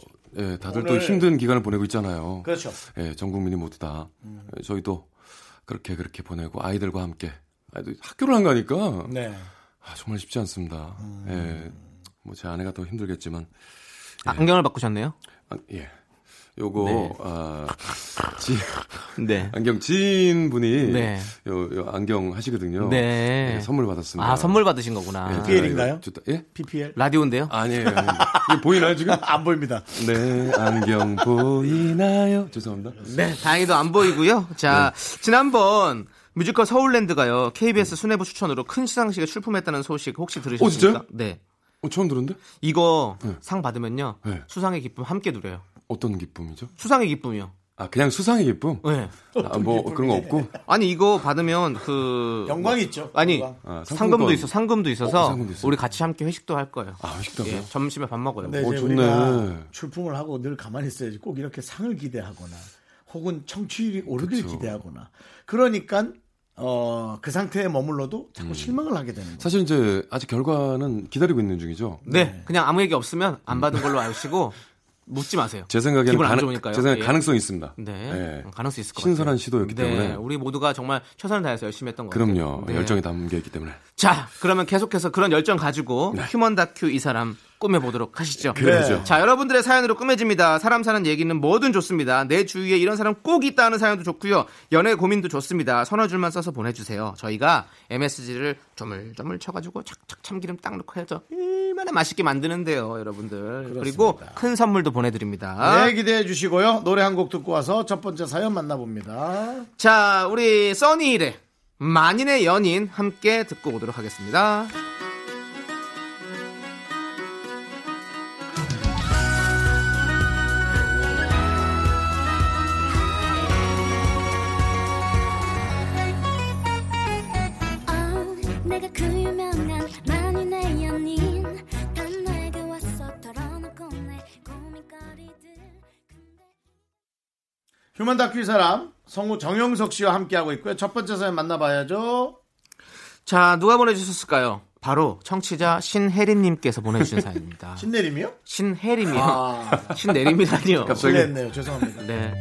S8: 예, 다들 또
S1: 오늘-
S8: 힘든 기간을 보내고 있잖아요.
S1: 그렇죠.
S8: 예, 전 국민이 모두 다
S2: 음.
S8: 예, 저희도 그렇게 그렇게 보내고 아이들과 함께 아이들 학교를 안 가니까
S1: 네.
S8: 아, 정말 쉽지 않습니다.
S2: 음.
S8: 예, 뭐 제 아내가 더 힘들겠지만
S2: 아, 안경을 바꾸셨네요?
S8: 아, 예, 요거
S2: 네.
S8: 아, 지,
S2: 네.
S8: 안경 지인분이
S2: 네.
S8: 요, 요 안경 하시거든요.
S2: 네.
S8: 예, 선물 받았습니다.
S2: 아, 선물 받으신 거구나.
S1: 예. PL 인가요?
S8: 아, 좋다. 예?
S1: PPL
S2: 라디오인데요?
S8: 아니에요. 아니에요. 이게 보이나요 지금?
S1: *laughs* 안 보입니다.
S8: 네, 안경 보이나요? 죄송합니다.
S2: 네, 다행히도 안 보이고요. 자, 지난번 뮤지컬 서울랜드가요, 예. KBS 수뇌부 추천으로 큰 시상식에 출품했다는 소식 혹시 들으셨습니까?
S8: 어, 진짜요?
S2: 네.
S8: 어, 처음 들었는데?
S2: 이거
S8: 네.
S2: 상 받으면요.
S8: 네.
S2: 수상의 기쁨 함께 누려요.
S8: 어떤 기쁨이죠?
S2: 수상의 기쁨이요.
S8: 아, 그냥 수상의 기쁨?
S2: 네.
S8: 아, 뭐 그런 거 없고?
S2: 아니 이거 받으면 그
S1: 영광이 있죠.
S2: 아니
S1: 영광.
S8: 아, 상품권.
S2: 상금도 있어 상금도 있어서
S8: 어, 상금도 있어요.
S2: 우리 같이 함께 회식도 할 거예요.
S8: 아, 식당이요?
S2: 예, 점심에 밥 먹어요.
S1: 근데
S8: 오,
S1: 이제
S8: 좋네.
S1: 우리가 출품을 하고 늘 가만히 있어야지 꼭 이렇게 상을 기대하거나 혹은 청취율이 오르길
S8: 그쵸.
S1: 기대하거나 그러니까 어, 그 상태에 머물러도 자꾸 실망을 하게 되는 거죠.
S8: 사실 이제 아직 결과는 기다리고 있는 중이죠.
S2: 네, 그냥 아무 얘기 없으면 안 받은
S8: *laughs*
S2: 걸로 아시고 묻지 마세요.
S8: 음. 제 생각에는
S2: 기분 안
S8: 가능,
S2: 좋으니까요.
S8: 제 생각에
S2: 예.
S8: 가능성이 있습니다.
S2: 네,
S8: 예.
S2: 가능성 있을 것
S8: 신선한
S2: 같아요.
S8: 시도였기
S2: 네,
S8: 때문에.
S2: 우리 모두가 정말 최선을 다해서 열심히 했던 것 같아요.
S8: 그럼요.
S2: 네.
S8: 열정이 담겨 있기 때문에.
S2: 자, 그러면 계속해서 그런 열정 가지고 휴먼 다큐 이 사람 꾸며보도록 하시죠. 네.
S8: 그래야죠.
S2: 자, 여러분들의 사연으로 꾸며집니다. 사람 사는 얘기는 뭐든 좋습니다. 내 주위에 이런 사람 꼭 있다 하는 사연도 좋고요. 연애 고민도 좋습니다. 서너 줄만 써서 보내주세요. 저희가 MSG를 조물조물 쳐가지고 착착 참기름 딱 넣고 해서 얼마나 맛있게 만드는데요, 여러분들. 그리고큰 선물도 보내드립니다.
S1: 네, 기대해 주시고요. 노래 한 곡 듣고 와서 첫 번째 사연 만나봅니다.
S2: 자, 우리 써니일의 만인의 연인 함께 듣고 오도록 하겠습니다.
S6: 어, 내가 그 유명한 만인의 연인 단 내게 왔어 털어놓고 내 고민거리들
S1: 휴먼 다큐 이 사람 성우 정영석 씨와 함께하고 있고요. 첫 번째 사연 만나봐야죠.
S2: 자, 누가 보내주셨을까요? 바로 청취자 신혜림님께서 보내주신 사연입니다.
S1: 신내림이요?
S2: 신혜림이요?
S1: 아,
S2: 신내림이라니요.
S1: 실례했네요. 죄송합니다.
S2: 네.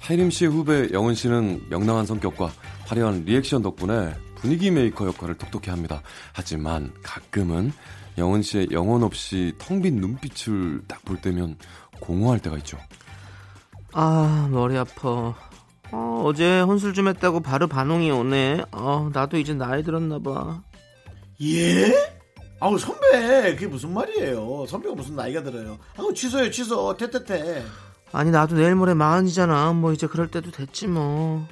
S8: 하이림 씨의 후배 영은 씨는 명랑한 성격과 화려한 리액션 덕분에 분위기 메이커 역할을 톡톡히 합니다. 하지만 가끔은 영은 씨의 영혼 없이 텅 빈 눈빛을 딱 볼 때면 공허할 때가 있죠.
S2: 아, 머리 아파. 어, 어제 혼술 좀 했다고 바로 반응이 오네. 어, 나도 이제 나이 들었나봐.
S1: 예? 아우 선배 그게 무슨 말이에요? 선배가 무슨 나이가 들어요? 아우 취소요 취소 태태태.
S2: 아니, 나도 내일 모레 마흔이잖아. 뭐, 이제 그럴 때도 됐지, 뭐.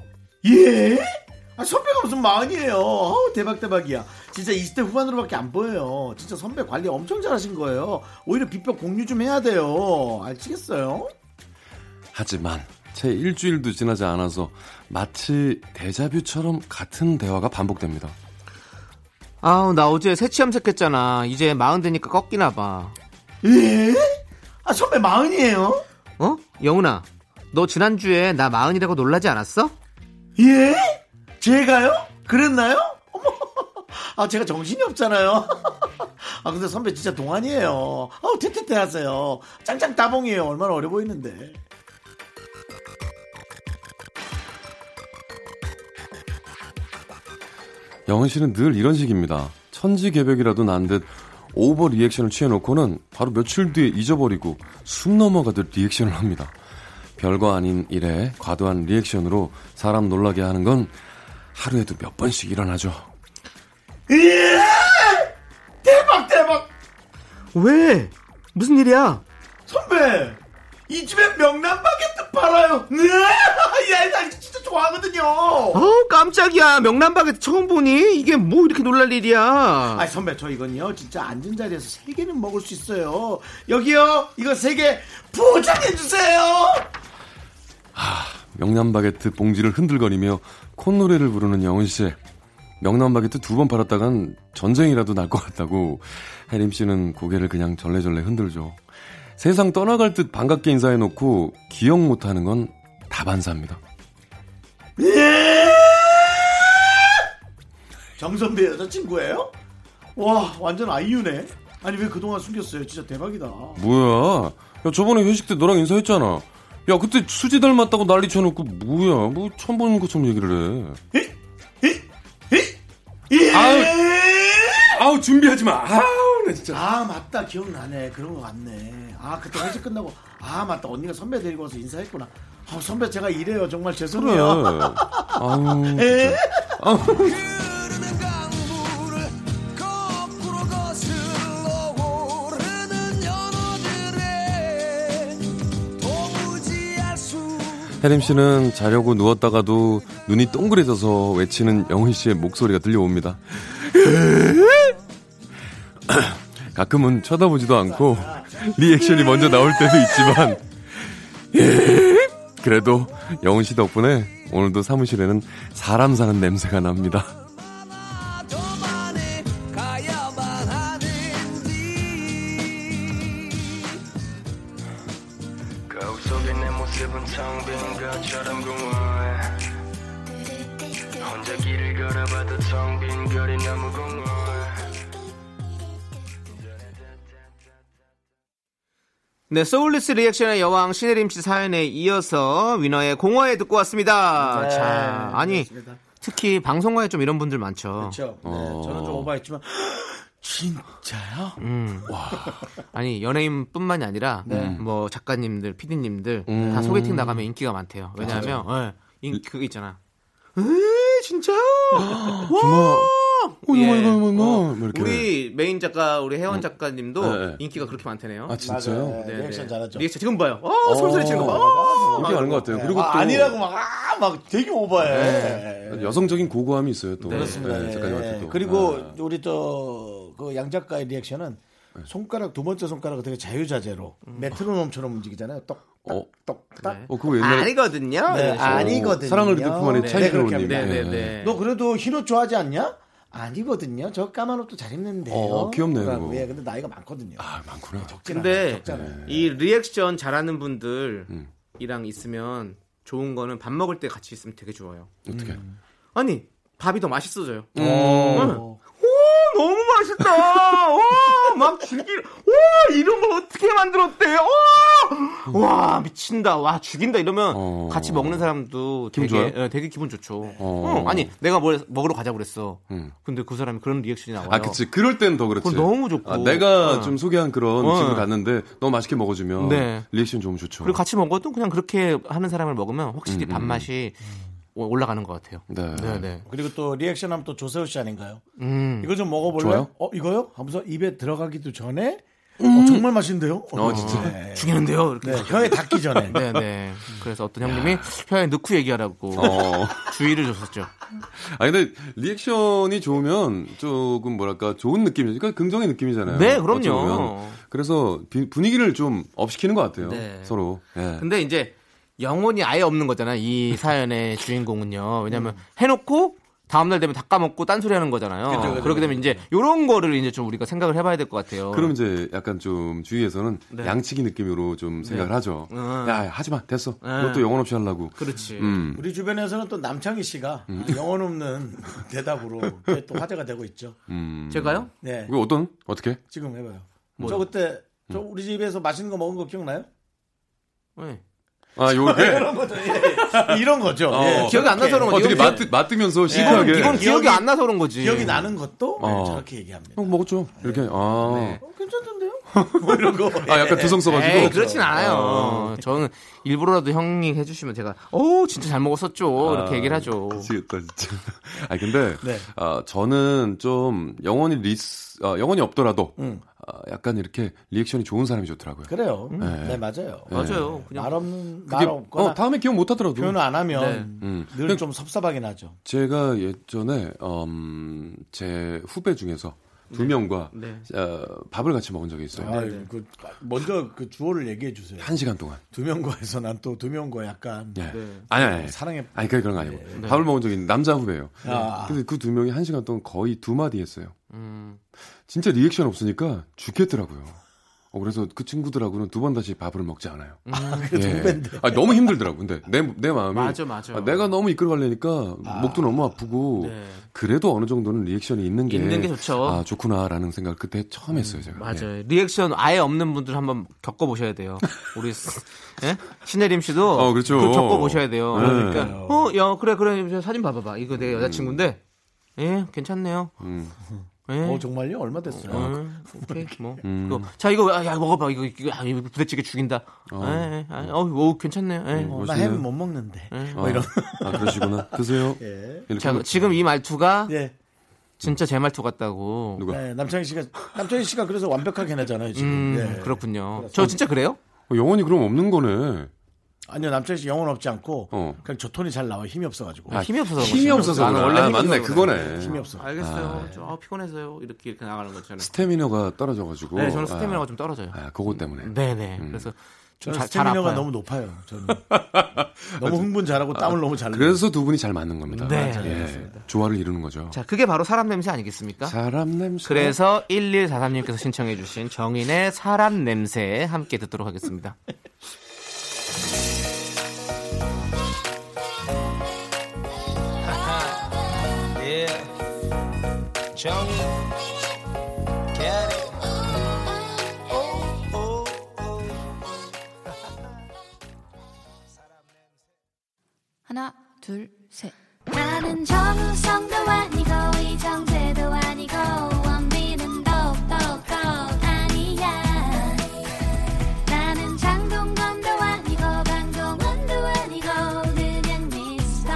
S1: 예? 아 선배가 무슨 마흔이에요? 아우 대박 대박이야. 진짜 20대 후반으로밖에 안 보여요. 진짜 선배 관리 엄청 잘하신 거예요. 오히려 비법 공유 좀 해야 돼요. 아시겠어요?
S8: 하지만 채 일주일도 지나지 않아서 마치 데자뷰처럼 같은 대화가 반복됩니다.
S2: 아우, 나 어제 새치 염색했잖아. 이제 마흔 되니까 꺾이나봐.
S1: 예? 아 선배 마흔이에요?
S2: 어? 영훈아, 너 지난주에 나 마흔이라고 놀라지 않았어?
S1: 예? 제가요? 그랬나요? 어머, 아 제가 정신이 없잖아요. 아 근데 선배 진짜 동안이에요. 아우 태태태 하세요. 짱짱 따봉이에요. 얼마나 어려 보이는데.
S8: 영은 씨는 늘 이런 식입니다. 천지개벽이라도 난 듯 오버 리액션을 취해놓고는 바로 며칠 뒤에 잊어버리고 숨 넘어가듯 리액션을 합니다. 별거 아닌 일에 과도한 리액션으로 사람 놀라게 하는 건 하루에도 몇 번씩 일어나죠.
S1: 예! 대박 대박
S2: 왜? 무슨 일이야?
S1: 선배 이 집에 명란 바게트 팔아요. 네, 야나 진짜 좋아하거든요.
S2: 어우, 깜짝이야. 명란바게트 처음 보니? 이게 뭐 이렇게 놀랄 일이야.
S1: 아 선배 저 이건요 진짜 앉은 자리에서 세 개는 먹을 수 있어요. 여기요 이거 세 개 포장해 주세요.
S8: 명란바게트 봉지를 흔들거리며 콧노래를 부르는 영은 씨. 명란바게트 두 번 팔았다간 전쟁이라도 날 것 같다고 혜림 씨는 고개를 그냥 절레절레 흔들죠. 세상 떠나갈 듯 반갑게 인사해놓고 기억 못하는 건 다반사입니다.
S1: 정선배 여자친구예요? 와 완전 아이유네 아니 왜 그동안 숨겼어요 진짜 대박이다
S8: 뭐야? 야 저번에 회식 때 너랑 인사했잖아. 야 그때 수지 닮았다고 난리 쳐놓고 뭐야? 뭐 처음 보는 것처럼 얘기를 해. 아우, 아우 준비하지 마. 아우 나 진짜.
S1: 아 맞다 기억나네 그런 거 같네 아 그때 회식 끝나고 아 맞다 언니가 선배 데리고 와서 인사했구나 아, 선배 제가 이래요 정말
S8: 그래.
S1: 죄송해요 네.
S8: 아우 진짜.
S3: 흐르는 강물을 거꾸로 거슬러 오르는 연어들의 도무지 알수
S8: 혜림 씨는 자려고 누웠다가도 눈이 동그래져서 외치는 영희 씨의 목소리가 들려옵니다. *laughs* 가끔은 쳐다보지도 않고 리액션이 먼저 나올 때도 있지만 *laughs* 그래도 영훈 씨 덕분에 오늘도 사무실에는 사람 사는 냄새가 납니다.
S9: 거울 속의 내 모습은 텅빈 것처럼 공허해 혼자 길을 걸어봐도 텅빈 거리 너무 공허해
S2: 네, 소울리스 리액션의 여왕 신혜림 씨 사연에 이어서 위너의 공허에 듣고 왔습니다.
S1: 네,
S2: 자, 아니
S1: 그렇습니다.
S2: 특히 방송가에 좀 이런 분들 많죠.
S1: 그렇죠. 네, 저는 좀 오버했지만 진짜요?
S2: 아니 연예인뿐만이 아니라
S8: 네.
S2: 뭐 작가님들, 피디님들
S8: 음.
S2: 다 소개팅 나가면 인기가 많대요. 왜냐하면 예, 인, 그거 있잖아. 에
S8: *gasps*
S2: 진짜요?
S8: 정말
S2: 예.
S8: 어머 어, 이거 이거 이거
S2: 어,
S8: 이렇게
S2: 우리 메인 작가 우리 혜원 작가님도
S8: 네, 네.
S2: 인기가 그렇게 많다네요.
S8: 아 진짜요?
S1: 네, 리액션 잘하죠.
S2: 리액션 지금 봐요. 어, 소리 소리 지금 봐. 어,
S8: 이게 아닌 것 같아요. 그리고 또
S1: 아, 아니라고 막, 아, 막 되게 오버해.
S8: 여성적인 고고함이 있어요 또.
S1: 그렇습니다.
S8: 네,
S1: 예.
S8: 작가님한테 또.
S1: 그리고
S8: 아.
S1: 우리 저그양 작가의 리액션은 손가락 두 번째 손가락을 되게 자유자재로
S2: 음.
S1: 메트로놈처럼 움직이잖아요.
S8: 어.
S1: 똑딱똑딱.
S8: 어 그거 옛날 에
S2: 아, 아니거든요.
S1: 네, 아니거든요.
S8: 사랑을 믿을 뿐만 아니라
S1: 네,
S8: 차이
S1: 네, 그렇게
S8: 들어오는
S1: 합니다.
S8: 얘기.
S2: 네네네. 네.
S1: 너 그래도 흰옷 좋아하지 않냐? 아니거든요. 저 까만 옷도 잘 입는데요.
S8: 어, 귀엽네요,
S1: 라고.
S8: 그거.
S1: 예, 근데 나이가 많거든요.
S8: 아 많구나.
S2: 근데
S1: 적잖아요.
S2: 이 리액션 잘하는
S8: 음.
S2: 분들이랑 있으면 좋은 거는 밥 먹을 때 같이 있으면 되게 좋아요.
S8: 어떻게?
S2: 아니 밥이 더 맛있어져요.
S8: 음.
S2: 응. 오 너무 맛있다. 와막 즐길. 와 이런 걸 어떻게 만들었대. 와, 와 미친다. 와 죽인다. 이러면
S8: 어.
S2: 같이 먹는 사람도 되게
S8: 좋아요?
S2: 예, 되게 기분 좋죠.
S8: 어.
S2: 응, 아니 내가 뭘 먹으러 가자 그랬어.
S8: 음.
S2: 근데 그 사람이 그런 리액션이 나와요.
S8: 아 그치. 그럴 땐 더 그렇지.
S2: 그건 너무 좋고.
S8: 아, 내가
S2: 어.
S8: 좀 소개한 그런
S2: 어.
S8: 집을 갔는데 너무 맛있게 먹어주면
S2: 네.
S8: 리액션 좋으면 좋죠.
S2: 그리고 같이 먹어도 그냥 그렇게 하는 사람을 먹으면 확실히 밥맛이 올라가는 것 같아요.
S8: 음, 네.
S2: 네, 네.
S1: 그리고 또 리액션 하면 또 조세호 씨 아닌가요?
S2: 음.
S1: 이거 좀 먹어볼래요?
S8: 좋아요?
S1: 어, 이거요? 하면서 입에 들어가기도 전에 어, 정말 맛있는데요?
S8: 음. 어, 진짜?
S1: 네.
S2: 죽이는데요. 이렇게.
S1: 네, 혀에 닿기 전에.
S2: 네, 네. 그래서 어떤 형님이 혀에 넣고 얘기하라고
S8: 어.
S2: 주의를 줬었죠.
S8: 아 근데 리액션이 좋으면 조금 뭐랄까 좋은 느낌이죠. 그러니까 긍정의 느낌이잖아요.
S2: 네, 그럼요.
S8: 어찌 보면. 그래서 비- 분위기를 좀 업시키는 것 같아요.
S2: 네.
S8: 서로. 예.
S2: 근데 이제 영혼이 아예 없는 거잖아. 이 사연의 주인공은요. 왜냐면
S1: 음.
S2: 해놓고 다음날 되면 다 까먹고 딴소리 하는 거잖아요. 그렇게 되면 이제 요런 거를 이제 좀 우리가 생각을 해봐야 될 것 같아요.
S8: 그럼 이제 약간 좀 주위에서는
S2: 네.
S8: 양치기 느낌으로 좀 생각을 하죠. 야, 야, 하지 마. 됐어. 그것도 영혼 없이 하려고.
S2: 어. 네. 그렇지.
S8: 음.
S1: 우리 주변에서는 또 남창희 씨가 영혼 없는 *laughs* 대답으로 그게 또 화제가 되고 있죠.
S2: 제가요?
S1: 네.
S8: 음. 이거 어떤? 어떻게?
S1: 지금 해봐요. 음. 저 그때 저 우리 집에서 맛있는 거 먹은 거 기억나요? *laughs*
S2: 네. *laughs*
S8: 아, 요게
S1: 이런 거죠.
S8: 어.
S1: 예.
S2: 네. 기억이 안 나서 그런 거죠.
S8: 어떻게
S2: 이건
S8: 맞드, 맞으면서 시크하게.
S2: 이건 기억이,
S1: 기억이-
S2: 안 나서 그런 거지.
S1: 기억이 나는 것도 네,
S8: 어.
S1: 저렇게 얘기합니다.
S8: 형 먹었죠. 이렇게. 아.
S2: 네.
S1: 어, 괜찮던데요? *laughs* 뭐 이런 거.
S8: 아, 약간 두성 써가지고. 어.
S2: 에이, 그렇진 않아요. 저는 일부러라도 형이 해주시면 제가, 오, 진짜 잘 먹었었죠. 어,
S8: 아,
S2: 이렇게 얘기를 하죠.
S8: 미치겠다 진짜. *laughs* 아 근데
S1: 네.
S8: 아, 저는 좀 영원히 리스 아, 영원히 없더라도
S1: 음.
S8: 아, 약간 이렇게 리액션이 좋은 사람이 좋더라고요.
S1: 그래요. 네, 맞아요.
S8: 네.
S2: 맞아요. 그냥.
S1: 말 없는
S8: 그게-
S1: 말 없거나
S8: 어, 다음에 기억 못 하더라도
S1: 표현을 안 하면
S2: 네.
S8: 음.
S1: 늘 좀 섭섭하긴 하죠.
S8: 제가 예전에 음, 제 후배 중에서 두 명과
S2: 네.
S8: 어, 밥을 같이 먹은 적이 있어요.
S1: 아, 그 먼저 그 주어를 얘기해 주세요.
S8: 한 시간 동안.
S1: 두 명과에서 난 또 두 명과 약간
S8: 예. 아니, 아니, 아니.
S1: 네. 사랑의 네.
S8: 아니, 그게 그런 거 아니고. 밥을 먹은 적이 있는데 남자 후배예요.
S1: 아.
S8: 근데 그 두 명이 한 시간 동안 거의 두 마디 했어요.
S2: 음,
S8: 음. 진짜 리액션 없으니까 죽겠더라고요. 어, 그래서 그 친구들하고는 두 번 다시 밥을 먹지 않아요.
S2: 음,
S8: 예. 아, 너무 힘들더라고. 근데 내, 내 마음이.
S2: 맞아, 맞아. 아,
S8: 아, 내가 뭐- 너무 이끌어 가려니까 목도 너무 아프고.
S2: 네.
S8: 그래도 어느 정도는 리액션이 있는 게.
S2: 있는 게 좋죠.
S8: 아, 좋구나라는 생각을 그때 처음 했어요, 제가. 예.
S2: 맞아요. 리액션 아예 없는 분들 한번 겪어보셔야 돼요. 우리
S8: *laughs*
S2: 스- 예? 신혜림 씨도
S8: 어, 그렇죠.
S2: 그걸 겪어보셔야 돼요.
S8: 네. 음.
S2: 그러니까 어, 야, 그래, 그래, 저 사진 봐봐봐. 이거 내 여자친구인데, 예, 괜찮네요. 예.
S1: 어 정말요? 얼마 됐어요?
S2: 음, 오케이 뭐. 그거, 자 이거 아, 야 먹어봐 이거 이거 아, 이거 부대찌개 죽인다. 어, 예, 예, 아, 어, 오, 괜찮네. 예.
S1: 어,
S8: 멋있네요.
S1: 나햄 못 먹는데.
S8: 뭐 아, 아, 그러시구나.
S2: *laughs*
S8: 드세요. 이렇게
S2: 뭐 예. 자
S8: 하면-
S2: 지금 이 말투가
S1: 예.
S2: 진짜 제 말투 같다고.
S8: 누가?
S1: 네, 남창희 씨가 남창희 씨가 그래서 완벽하게 해내잖아요 지금.
S2: 음,
S1: 예.
S8: 뭐
S2: 그렇군요. 저 진짜 그래요?
S8: 어, 영혼이 그럼 없는 거네.
S1: 아니요 남창희 씨 영혼 없지 않고 그냥 저 톤이 잘 나와 힘이 없어가지고
S2: 어. 아, 힘이 없어서
S1: 힘이 없어서
S2: 나는
S8: 아,
S2: 원래 힘이 없어서 그래.
S1: 힘이 없어
S2: 알겠어요. 저 아, 피곤해서요. 이렇게 이렇게 나가는 거잖아요.
S8: 스태미너가 떨어져가지고.
S2: 네, 저는 스태미너가 좀 떨어져요.
S8: 아, 음. 그것 때문에.
S2: 네네. 그래서 좀
S1: 저는
S2: 잘, 잘
S1: 스태미너가
S2: 아파요.
S1: 너무 높아요
S2: *laughs*
S1: 저는 너무 흥분 잘하고 땀을 너무 잘 내요
S8: 그래서 두 분이 잘 맞는 겁니다.
S2: 네,
S8: 예,
S2: 알겠습니다.
S8: 조화를 이루는 거죠.
S2: 자, 그게 바로 사람 냄새 아니겠습니까?
S8: 사람 냄새.
S2: 그래서 1143님께서 신청해주신 정인의 사람 냄새 함께 듣도록 하겠습니다.
S10: 예. 정이. Get it.
S11: 하나, 둘, 셋.
S6: 나는 정우성도 아니고 이정재도 아니고 원빈은 더욱더 아니야 나는 장동건도 아니고 강동원도 아니고 그냥 미스터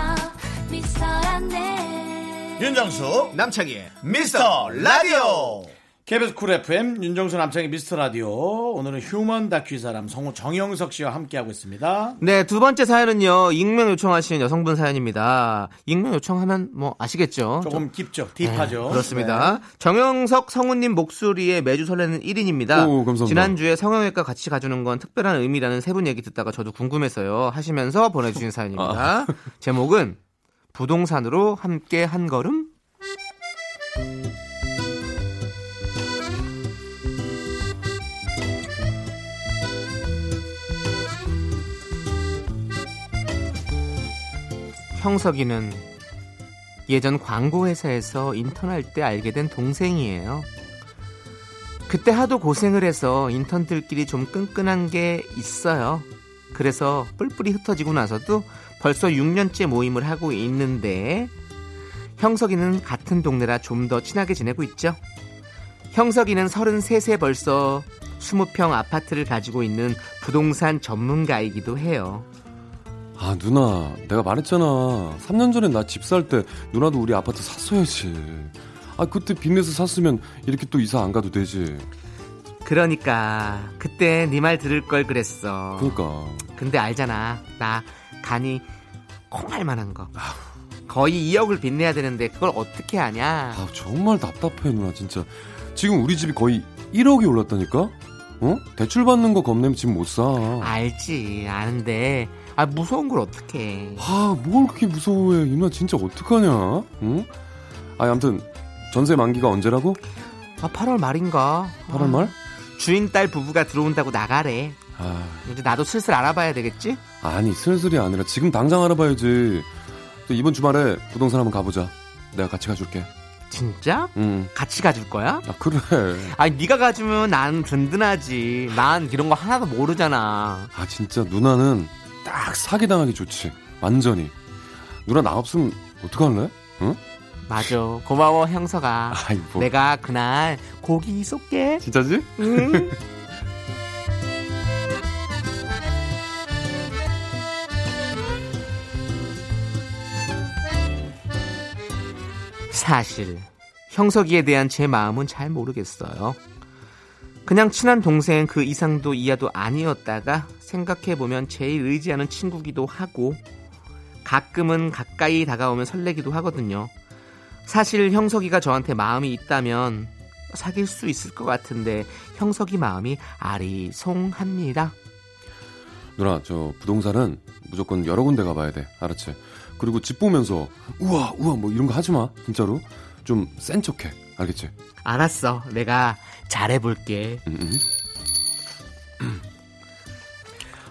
S6: 미스터란데
S1: 예? 윤정수 남창희의 미스터 라디오 KBS 쿨 FM 윤정수 남창희 미스터 라디오 오늘은 휴먼 다큐 이 사람 성우 정영석 씨와 함께하고 있습니다
S2: 네, 두 번째 사연은요, 익명 요청하신 여성분 사연입니다. 익명 요청하면 뭐 아시겠죠?
S1: 조금 깊죠 딥하죠
S2: 네, 그렇습니다. 정영석 성우님 목소리에 매주 설레는 1인입니다.
S8: 오, 감사합니다.
S2: 지난주에 성형외과 같이 가주는 건 특별한 의미라는 세 분 얘기 듣다가 저도 궁금해서요. 하시면서 보내주신
S8: 아.
S2: 사연입니다. 제목은 부동산으로 함께 한 걸음? 형석이는 예전 광고회사에서 인턴할 때 알게 된 동생이에요. 그때 하도 고생을 해서 인턴들끼리 좀 끈끈한 게 있어요. 그래서 뿔뿔이 흩어지고 나서도 벌써 6년째 모임을 하고 있는데 형석이는 같은 동네라 좀 더 친하게 지내고 있죠. 형석이는 33세 벌써 20평 아파트를 가지고 있는 부동산 전문가이기도 해요.
S8: 아 누나 내가 말했잖아 3년 전에 나 집 살 때 누나도 우리 아파트 샀어야지 아 그때 빚내서 샀으면 이렇게 또 이사 안 가도 되지
S2: 그러니까 그때 네 말 들을 걸 그랬어.
S8: 그러니까
S2: 근데 알잖아. 나 간이 콩할 만한 거. 거의 2억을 빚내야 되는데 그걸 어떻게 하냐?
S8: 아 정말 답답해 누나 진짜 지금 우리 집이 거의 1억이 올랐다니까 어? 대출 받는 거 겁내면 집 못사아뭘
S2: 알지. 아는데 아 무서운 걸 어떻게?
S8: 아, 그렇게 무서워해 이 누나 진짜 어떡하냐 응? 아 아무튼 전세 만기가 언제라고?
S2: 아 8월 말인가? 어.
S8: 8월 말?
S2: 주인 딸 부부가 들어온다고 나가래.
S8: 아
S2: 이제 나도 슬슬 알아봐야 되겠지?
S8: 아니 슬슬이 아니라 지금 당장 알아봐야지 또 이번 주말에 부동산 한번 가보자 내가 같이 가줄게
S2: 진짜?
S8: 응
S2: 같이 가줄 거야?
S8: 아 그래
S2: 아니 네가 가주면 난 든든하지. 난 이런 거 하나도 모르잖아.
S8: 아 진짜 누나는 딱 사기당하기 좋지 완전히 누나 나 없으면 어떡할래? 응?
S2: 맞아. 고마워 형서가.
S8: 아이 뭐
S2: 내가 그날 고기 쏠게.
S8: 진짜지?
S2: 응. 사실 형석이에 대한 제 마음은 잘 모르겠어요. 그냥 친한 동생 그 이상도 이하도 아니었다가 생각해보면 제일 의지하는 친구기도 하고 가끔은 가까이 다가오면 설레기도 하거든요. 사실 형석이가 저한테 마음이 있다면 사귈 수 있을 것 같은데 형석이 마음이 아리송합니다.
S8: 누나 저 부동산은 무조건 여러 군데 가봐야 돼 알았지? 그리고 집 보면서 우와 우와 뭐 이런 거 하지 마 진짜로 좀 센 척해 알겠지?
S2: 알았어. 내가 잘해볼게.
S8: 음.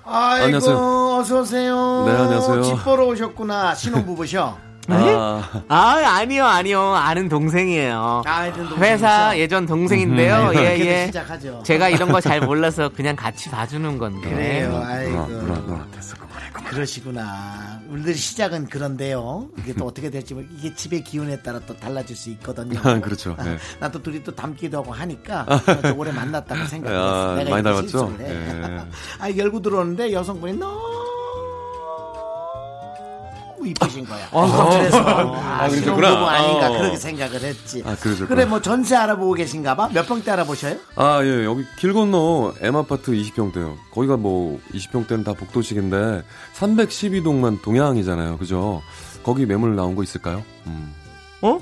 S1: 아이고
S8: 안녕하세요.
S1: 어서 오세요
S8: 네, 안녕하세요.
S1: 집 보러 오셨구나 신혼부부셔
S8: 아,
S2: 아 아니요 아니요 아는 동생이에요.
S1: 아이들
S2: 회사 예전
S1: 음,
S2: 동생인데요. 예
S1: 그렇게도
S2: 예.
S1: 시작하죠.
S2: 제가 이런 거 잘 몰라서 그냥 같이 봐주는 건데.
S1: 그래요 아이고
S8: 됐어
S1: 그러시구나 우리들 시작은 그런데요 이게 또 어떻게 될지 모르- 이게 집의 기운에 따라 또 달라질 수 있거든요
S8: 아, 그렇죠. 네.
S1: *laughs* 나 또 둘이 또 닮기도 하고 하니까 내가 좀 오래 만났다고 생각했어
S8: 아,
S1: 내가
S8: 많이
S1: 이렇게
S8: 닮았죠? 네.
S1: 실수를 해.
S8: 예.
S1: 아 열고 들어오는데 여성분이 너무 너무 이쁘신 거야.
S12: 어,
S1: 그래서
S12: 아,
S1: 아, 그런
S12: 그러셨구나.
S1: 부분 아닌가
S8: 어.
S1: 그렇게 생각을 했지.
S8: 아, 그러셨구나.
S1: 그래 뭐 전세 알아보고 계신가 봐. 몇 평대 알아보셔요?
S8: 아, 예, 여기 길 건너 M 아파트 20평대요. 거기가 뭐 20평대는 다 복도식인데 312동만 동양이잖아요. 그죠? 거기 매물 나온 거 있을까요? 음.
S2: 어?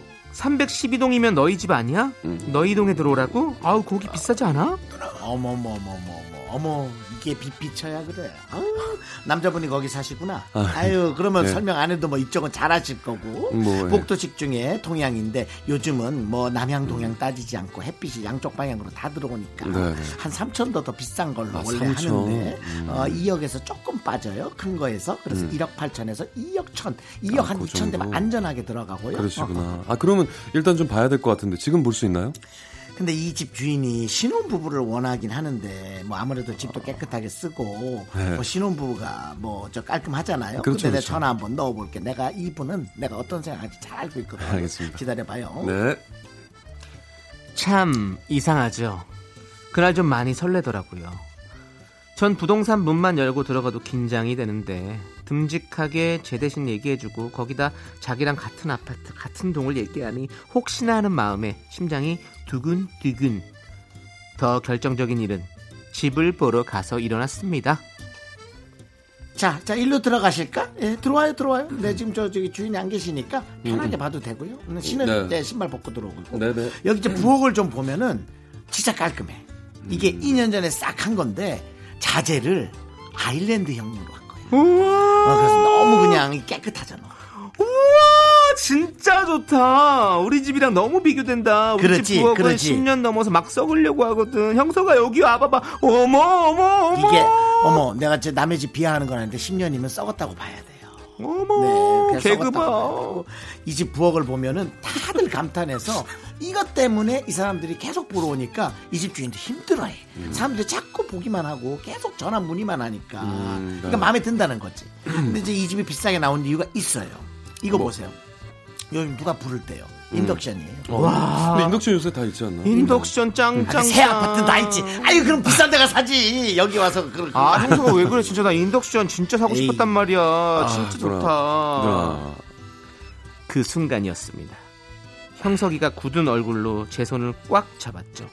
S2: 312동이면 너희 집 아니야?
S1: 음.
S2: 너희 동에 들어오라고? 아우 거기 비싸지 않아?
S1: 어머 어머 어머 어머 어머 어머 이게 빛비쳐야 그래. 아우, 남자분이 거기 사시구나.
S8: 아,
S1: 아유 그러면
S8: 네.
S1: 설명 안 해도 뭐 이쪽은 잘하실 거고.
S8: 뭐, 예.
S1: 복도식 중에 동양인데 요즘은 뭐 남양 동양 따지지 않고 햇빛이 양쪽 방향으로 다 들어오니까
S8: 네, 네.
S1: 한 3천 더 더 비싼 걸로
S8: 아,
S1: 원래
S8: 3,000.
S1: 하는데
S8: 음.
S1: 어, 2억에서 조금 빠져요 큰 거에서 그래서
S8: 음.
S1: 1억 8천에서 2억 천 2억
S2: 아,
S1: 한
S8: 그
S1: 2천 되면
S8: 정도.
S1: 안전하게 들어가고요. 어,
S8: 그러시구나. 아, 그러면 일단 좀 봐야 될 것 같은데 지금 볼 수 있나요?
S1: 근데 이 집 주인이 신혼 부부를 원하긴 하는데 뭐 아무래도 집도 깨끗하게 쓰고
S8: 네.
S1: 뭐 신혼 부부가 뭐 저 깔끔하잖아요.
S8: 그렇죠,
S1: 근데 내가
S8: 그렇죠.
S1: 전화 한번 넣어볼게. 내가 이분은 내가 어떤 생각인지 잘 알고 있거든. 요
S2: 아, 알겠습니다.
S1: 기다려봐요.
S8: 네.
S2: 참 이상하죠. 그날 좀 많이 설레더라고요. 전 부동산 문만 열고 들어가도 긴장이 되는데 듬직하게 제 대신 얘기해주고 거기다 자기랑 같은 아파트 같은 동을 얘기하니 혹시나 하는 마음에 심장이 두근두근. 더 결정적인 일은 집을 보러 가서 일어났습니다.
S1: 자, 자 일로 들어가실까? 예, 들어와요, 들어와요. 네, 지금 저 저기 주인이 안 계시니까 편하게
S8: 음.
S1: 봐도 되고요. 신은
S8: 네.
S1: 네, 신발 벗고 들어오고.
S8: 네네.
S1: 여기 이제 부엌을 좀 보면은 진짜 깔끔해. 이게 2년 전에 싹 한 건데 자재를 아일랜드형으로 한 거예요. 어, 그래서 너무 그냥 깨끗하잖아.
S2: 우와 진짜 좋다 우리 집이랑 너무 비교된다 우리
S1: 그렇지,
S2: 집 부엌은
S1: 그렇지.
S2: 10년 넘어서 막 썩으려고 하거든 형서가 여기 와봐봐 어머 어머 어머
S1: 이게 어머 내가 제 남의 집 비하하는 건 아닌데 10년이면 썩었다고 봐야 돼요.
S2: 어머
S1: 네, 그냥
S2: 개그봐
S1: 이 집 부엌을 보면은 다들 감탄해서 이것 때문에 이 사람들이 계속 보러 오니까 이 집 주인도 힘들어해. 사람들이 자꾸 보기만 하고 계속 전화 문의만 하니까
S8: 음, 네.
S1: 그러니까 마음에 든다는 거지. *clears throat* 근데 이제 이 집이 비싸게 나온 이유가 있어요. 이거 보세요. 요즘 누가 부를 때요. 인덕션이에요.
S8: 와. 어, 근데 인덕션 요새 다 있지 않나?
S2: 인덕션
S1: 아,
S2: 짱짱
S1: 새 아파트 다 있지. 아유 그럼 비싼 데가 사지. 여기 와서 그런.
S2: 아 형서가 왜 그래 진짜 나 인덕션 진짜 사고 싶었단 말이야
S1: 아,
S2: 진짜
S8: 누나,
S2: 좋다
S8: 누나.
S2: 그 순간이었습니다 형석이가 굳은 얼굴로 제 손을 꽉 잡았죠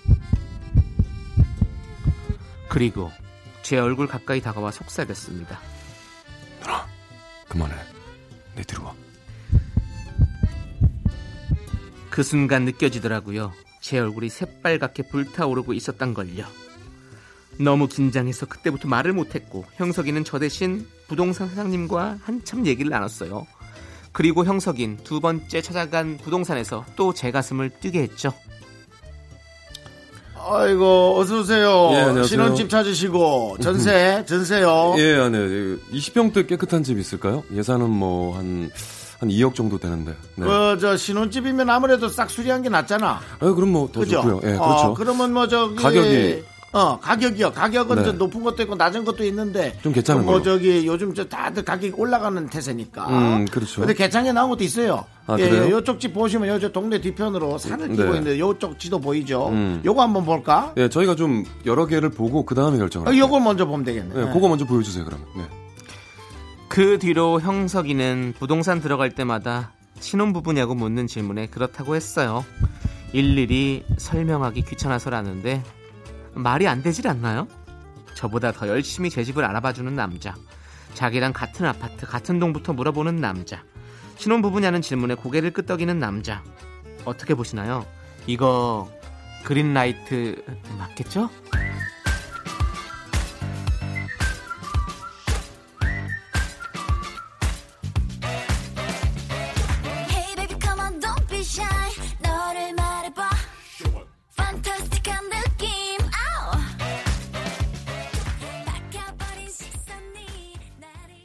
S2: 그리고 제 얼굴 가까이 다가와 속삭였습니다
S8: 그만해. 내 뒤로 와.
S2: 그 순간 느껴지더라고요. 제 얼굴이 새빨갛게 불타오르고 있었단 걸요. 너무 긴장해서 그때부터 말을 못했고 형석이는 저 대신 부동산 사장님과 한참 얘기를 나눴어요. 그리고 형석인 두 번째 찾아간 부동산에서 또 제 가슴을 뛰게 했죠.
S1: 아이고 어서 오세요.
S8: 예, 안녕하세요.
S1: 신혼집 찾으시고 전세 전세요.
S8: 예, 아니, 20평대 깨끗한 집 있을까요? 예산은 뭐, 한, 한 2억 정도 되는데. 네.
S1: 그 저 신혼집이면 아무래도 싹 수리한 게 낫잖아.
S8: 아, 그럼 뭐, 더
S1: 그죠?
S8: 좋고요. 예,
S1: 어,
S8: 그렇죠.
S1: 그러면 뭐 저기
S8: 가격이.
S1: 어 가격이요. 가격은
S8: 네.
S1: 좀 높은 것도 있고 낮은 것도 있는데
S8: 좀 괜찮은
S1: 뭐
S8: 걸로.
S1: 저기 요즘 저 다들 가격이 올라가는 태세니까.
S8: 음, 그렇죠.
S1: 아. 근데 개창에 나온 것도 있어요. 예,
S8: 아, 그래요?
S1: 요쪽 집 보시면 요저 동네 뒤편으로 산을 끼고
S8: 네.
S1: 있는데 요쪽 지도 보이죠.
S8: 음.
S1: 요거 한번 볼까?
S8: 예, 저희가 좀 여러 개를 보고, 그 다음에 결정을.
S1: 어,
S8: 할게요.
S1: 요걸 먼저 보면 되겠네.
S8: 예, 그거 먼저 보여주세요, 그러면. 네.
S2: 그 뒤로 형석이는 부동산 들어갈 때마다 신혼부부냐고 묻는 질문에 그렇다고 했어요. 일일이 설명하기 귀찮아서라는데 말이 안 되질 않나요? 저보다 더 열심히 제 집을 알아봐주는 남자. 자기랑 같은 아파트, 같은 동부터 물어보는 남자. 신혼부부냐는 질문에 고개를 끄덕이는 남자. 어떻게 보시나요? 이거 그린라이트 맞겠죠?
S6: Hey baby come on don't be shy 너를 말해봐 판타스틱한 느낌 Oh. 아우 박혀버린 시선이 나를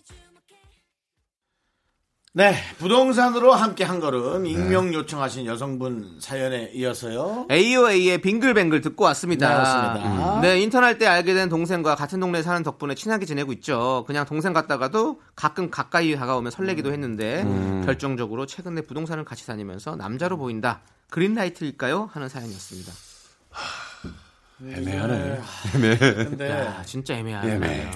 S1: 네, 부동산으로 함께 한
S8: 네.
S1: 걸음 익명 요청하신 여성분 사연에 이어서요.
S2: AOA의 빙글뱅글 듣고 왔습니다.
S1: 네, 맞습니다.
S2: 음. 네, 인턴 할 때 알게 된 동생과 같은 동네에 사는 덕분에 친하게 지내고 있죠. 그냥 동생 갔다가도 가끔 가까이 다가오면 설레기도 했는데
S8: 음.
S2: 결정적으로 최근에 부동산을 같이 다니면서 남자로 보인다. 그린라이트일까요? 하는 사연이었습니다.
S8: 애매하네. 애매해. 아.
S1: 근데
S2: 야, 진짜 애매하네.
S8: 애매해.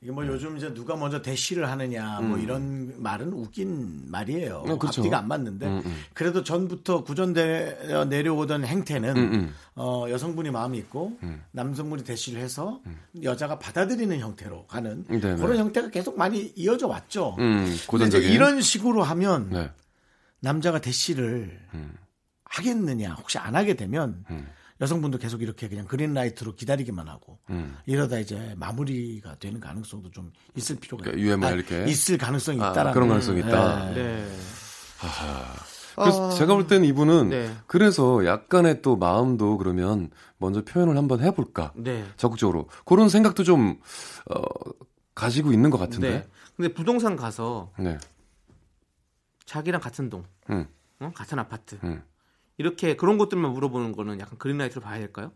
S1: 이게 뭐 요즘 이제 누가 먼저 대시를 하느냐 뭐
S13: 음.
S1: 이런 말은 웃긴 말이에요.
S13: 어, 그렇죠.
S1: 앞뒤가 안 맞는데
S13: 음, 음.
S1: 그래도 전부터 구전되어 내려오던 행태는
S13: 음, 음.
S1: 어, 여성분이 마음이 있고
S13: 음.
S1: 남성분이 대시를 해서 여자가 받아들이는 형태로 가는
S13: 네, 네.
S1: 그런 형태가 계속 많이 이어져 왔죠.
S8: 음,
S1: 근데 이제
S8: 고전적인. 네.
S1: 이런 식으로 하면
S13: 네.
S1: 남자가 대시를
S13: 음.
S1: 하겠느냐 혹시 안 하게 되면 여성분도 계속 이렇게 그냥 그린라이트로 기다리기만 하고
S8: 음.
S1: 이러다 이제 마무리가 되는 가능성도 좀 있을 필요가
S8: 그러니까 UMR
S1: 아,
S8: 이렇게
S1: 있을 가능성이
S8: 아,
S1: 있다라는 네.
S8: 그런 가능성이 있다.
S2: 네.
S8: 하하. 그래서
S1: 어.
S8: 제가 볼 때는 이분은
S1: 네.
S8: 그래서 약간의 또 마음도 그러면 먼저 표현을 한번 해볼까
S2: 네.
S8: 적극적으로 그런 생각도 좀 어, 가지고 있는 것 같은데.
S2: 네. 근데 부동산 가서
S8: 네.
S2: 자기랑 같은 동,
S8: 음.
S2: 어? 같은 아파트
S8: 음.
S2: 이렇게 그런 것들만 물어보는 거는 약간 그린라이트로 봐야 될까요?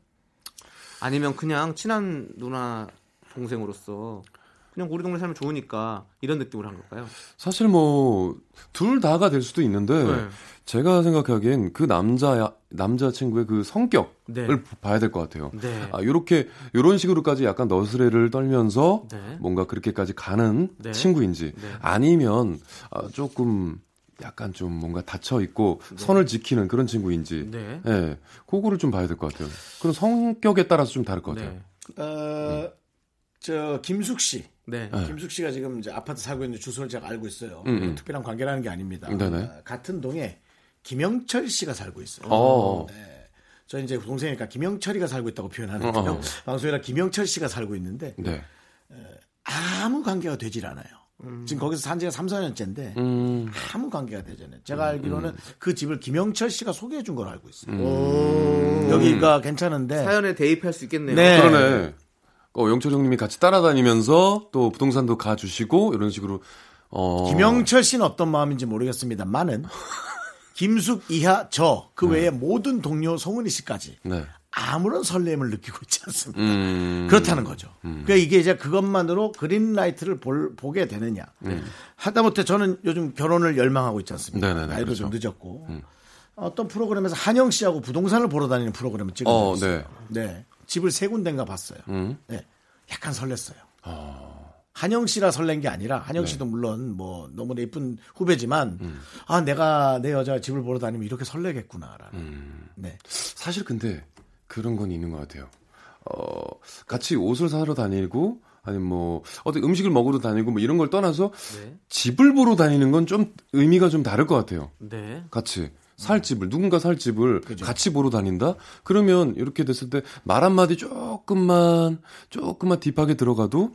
S2: 아니면 그냥 친한 누나 동생으로서 그냥 우리 동네 살면 좋으니까 이런 느낌으로 한 걸까요?
S8: 사실 뭐 둘 다가 될 수도 있는데
S2: 네.
S8: 제가 생각하기엔 그 남자 남자 친구의 그 성격을
S2: 네.
S8: 봐야 될 것 같아요.
S2: 네.
S8: 아 요렇게 요런 식으로까지 약간 너스레를 떨면서
S2: 네.
S8: 뭔가 그렇게까지 가는
S2: 네.
S8: 친구인지
S2: 네.
S8: 아니면 아, 조금 약간 좀 뭔가 닫혀 있고 선을 지키는 그런 친구인지
S2: 네.
S8: 예. 그거를 좀 봐야 될 것 같아요. 그런 성격에 따라서 좀 다를 것 같아요.
S1: 어, 저 김숙 씨.
S2: 네.
S8: 네.
S1: 김숙 씨가 지금 이제 아파트 살고 있는 주소를 제가 알고 있어요.
S8: 음, 음.
S1: 특별한 관계라는 게 아닙니다.
S8: 네네.
S1: 어, 같은 동에 김영철 씨가 살고 있어요.
S8: 어.
S1: 네. 저 이제 동생이니까 김영철이가 살고 있다고 표현하는
S8: 어.
S1: 요 방송이라 김영철 씨가 살고 있는데
S8: 네.
S1: 아무 관계가 되질 않아요.
S13: 음.
S1: 지금 거기서 산 지가 3, 4년째인데
S8: 음.
S1: 아무 관계가 되잖아요. 제가 알기로는 그 집을 김영철 씨가 소개해 준 걸 알고 있어요.
S2: 음.
S1: 여기가 괜찮은데
S2: 사연에 대입할 수 있겠네요.
S8: 네. 그러네. 어, 영철형님이 같이 따라다니면서 또 부동산도 가주시고 이런 식으로 어.
S1: 김영철 씨는 어떤 마음인지 모르겠습니다만은 김숙 이하 저 그 외에 모든 동료 송은희 씨까지
S8: 네.
S1: 아무런 설렘을 느끼고 있지 않습니다.
S8: 음.
S1: 그렇다는 거죠.
S8: 음.
S1: 그러니까 이게 이제 그것만으로 그린라이트를 볼- 보게 되느냐.
S8: 네.
S1: 하다못해 저는 요즘 결혼을 열망하고 있지 않습니까?
S8: 네네네,
S1: 나이도
S8: 그렇죠.
S1: 좀 늦었고
S8: 음.
S1: 어떤 프로그램에서 한영 씨하고 부동산을 보러 다니는 프로그램을 찍은
S8: 어,
S1: 어, 있어요. 네. 집을 세 군데인가 봤어요.
S8: 음. 아.
S1: 네. 약간 설렜어요. 한영 씨라 설렌 게 아니라
S8: 네.
S1: 한영 씨도 물론 뭐 너무나 예쁜 후배지만
S8: 음.
S1: 아 내가 내 여자 집을 보러 다니면 이렇게 설레겠구나라는
S8: 음.
S1: 네.
S8: 사실 근데 그런 건 있는 것 같아요. 어, 같이 옷을 사러 다니고 아니면 뭐 어떤 음식을 먹으러 다니고 뭐 이런 걸 떠나서
S2: 네.
S8: 집을 보러 다니는 건 좀 의미가 좀 다를 것 같아요.
S2: 네.
S8: 같이 살 집을 누군가 살 집을 같이 보러 다닌다 그러면 이렇게 됐을 때 말 한마디 조금만 조금만 딥하게 들어가도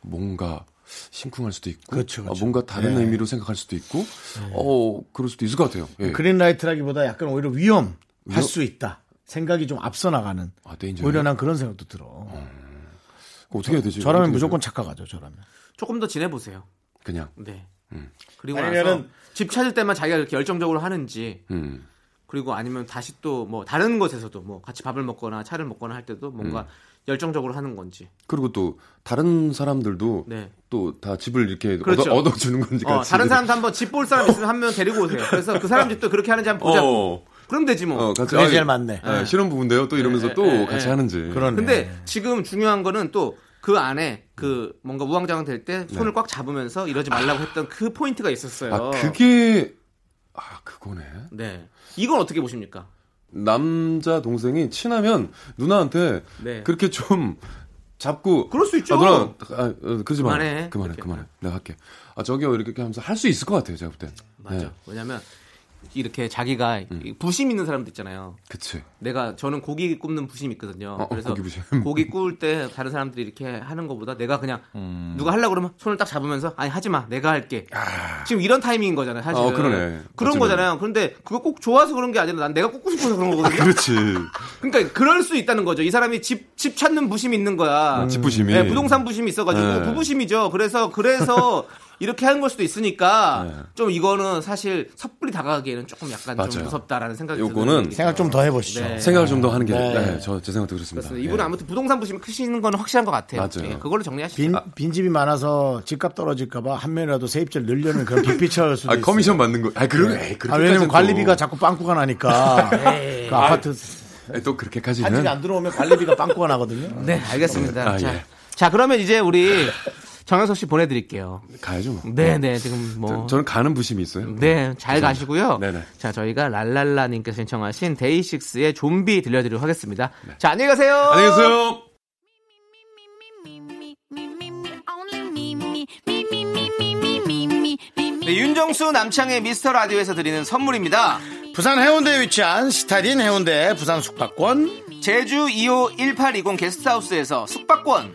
S8: 뭔가 심쿵할 수도 있고
S1: 그렇죠, 그렇죠.
S8: 어, 뭔가 다른
S1: 네.
S8: 의미로 생각할 수도 있고 어 그럴 수도 있을 것 같아요 예.
S1: 그린라이트라기보다 약간 오히려 위험할
S8: 위험-
S1: 수 있다. 생각이 좀 앞서 나가는.
S8: 데인저리.
S1: 오히려 난 그런 생각도 들어.
S8: 어떻게 해야 되지
S1: 저라면
S8: 어떻게
S1: 무조건
S8: 해야
S1: 착각하죠. 저라면.
S2: 조금 더 지내보세요.
S8: 돼요? 그냥
S2: 네.
S8: 음.
S2: 그리고
S1: 아니면은-
S2: 나서 집 찾을 때만 자기가 이렇게 열정적으로 하는지
S8: 음.
S2: 그리고 아니면 다시 또 뭐 다른 곳에서도 뭐 같이 밥을 먹거나 차를 먹거나 할 때도 뭔가
S8: 음.
S2: 열정적으로 하는 건지
S8: 그리고 또 다른 사람들도
S2: 네.
S8: 또 다 집을 이렇게
S2: 그렇죠.
S8: 얻어, 얻어주는 그러니까 건지
S2: 어,
S8: 같이.
S2: 다른 사람도 한번 집 볼 사람 있으면 한 명 데리고 오세요 그래서 그 사람 집도 그렇게 하는지 한번 보자
S8: 어.
S2: 그럼 되지 뭐
S8: 어, 같이
S1: 그게
S8: 아이,
S1: 제일 맞네.
S8: 아, 신혼부부인데요 또 이러면서
S2: 예,
S8: 또
S2: 예,
S8: 같이
S2: 예.
S8: 하는지
S1: 그러네.
S2: 근데 지금 중요한 거는 또 그 안에 그 뭔가 우왕좌왕 될 때 손을 꽉 잡으면서 이러지 말라고 했던 그 포인트가 있었어요
S8: 네. 아 그게 아 그거네
S2: 네 이건 어떻게 보십니까
S8: 남자 동생이 친하면 누나한테
S2: 네.
S8: 그렇게 좀 잡고
S2: 그럴 수 있죠.
S8: 아, 누나 아, 어, 그러지 마
S2: 그만해.
S8: 그만해 그만해 그만해 내가 할게 아 저기요 이렇게 하면서 할 수 있을 것 같아요 제가 볼 네, 때
S2: 맞아 왜냐면 이렇게 자기가
S8: 음.
S2: 이 부심 있는 사람도 있잖아요
S8: 그치
S2: 내가 저는 고기 굽는 부심이 있거든요.
S8: 어,
S2: 그래서
S8: 고기
S2: 고기,
S8: 부심.
S2: 구울 때 다른 사람들이 이렇게 하는 것보다 내가 그냥
S8: 음.
S2: 누가 하려고 그러면 손을 딱 잡으면서 아니 하지 마 내가 할게. 지금 이런 타이밍인 거잖아요. 사실
S8: 아. 어, 그러네.
S2: 런
S8: 어찌 보면.
S2: 거잖아요. 그런데 그거 꼭 좋아서 그런 게 아니라 난 내가 꽂고 싶어서 그런 거거든요.
S8: 그렇지
S2: 그러니까 그럴 수 있다는 거죠. 이 사람이 집, 집 찾는 부심이 있는 거야.
S8: 음, 집 부심이.
S2: 네, 부동산 부심이 있어가지고
S8: 네.
S2: 부부심이죠. 그래서
S8: *laughs*
S2: 그래서 이렇게 하는 걸 수도 있으니까 좀 이거는 사실 섣불리 다가가기에는 조금 약간 좀
S8: 네. 맞아요.
S2: 무섭다라는 생각이
S8: 요거는
S2: 드는
S1: 생각 좀 더 해보시죠.
S2: 네.
S8: 생각을 좀 더 하는 게
S1: 네.
S8: 저 제 생각도 그렇습니다 예.
S2: 그렇습니다. 이분은 아무튼 부동산 부심이 크시는 건 확실한 것 같아요.
S8: 맞아요.
S2: 예, 그걸로 정리하시죠.
S1: 빈, 빈집이 많아서 집값 떨어질까봐 한 명이라도 세입자를 늘려는 *laughs* 그런 빅피처일 수도
S8: 아
S1: 있어요.
S8: 커미션 받는 거아 그러 네.
S1: 아, 왜냐면 관리비가 자꾸 빵꾸가 *laughs* 나니까 그 아파트
S8: 또 그렇게까지는
S1: 한 집이 안 들어오면 관리비가 빵꾸가 나거든요.
S2: 네, 알겠습니다.
S8: 아,
S2: 네, 자,
S8: 예.
S2: 자, 그러면 이제 우리 정현석 씨 보내드릴게요.
S8: 가야죠. 뭐.
S2: 네, 네. 지금 뭐
S8: 저, 는 가는 부심이 있어요.
S2: 네, 잘
S8: 죄송합니다.
S2: 가시고요.
S8: 네네.
S2: 자, 저희가 랄랄라님께서 신청하신 데이식스의 좀비 들려드리도록 하겠습니다. 자, 안녕히 가세요.
S8: 네. 안녕히 계세요.
S2: 네, 윤정수 남창의 미스터 라디오에서 드리는 선물입니다.
S1: 부산 해운대에 위치한 스타딘 해운대 부산 숙박권
S2: 제주 2호 1820 게스트하우스에서 숙박권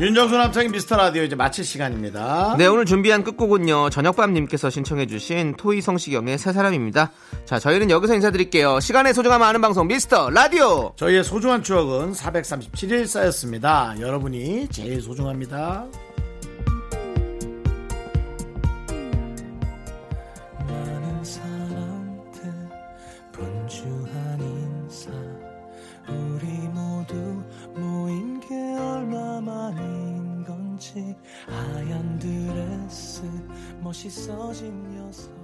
S1: 윤정수 남창의 미스터 라디오 이제 마칠 시간입니다
S2: 네 오늘 준비한 끝곡은요 저녁밤님께서 신청해주신 토이 성시경의 세 사람입니다 자 저희는 여기서 인사드릴게요 시간의 소중함 아는 방송 미스터 라디오
S1: 저희의 소중한 추억은 437일 쌓였습니다 여러분이 제일 소중합니다
S14: 많은 사람들 분주한 인사 우리 모두 모인 게 얼마 만인 건지 하얀 드레스 멋있어진 여성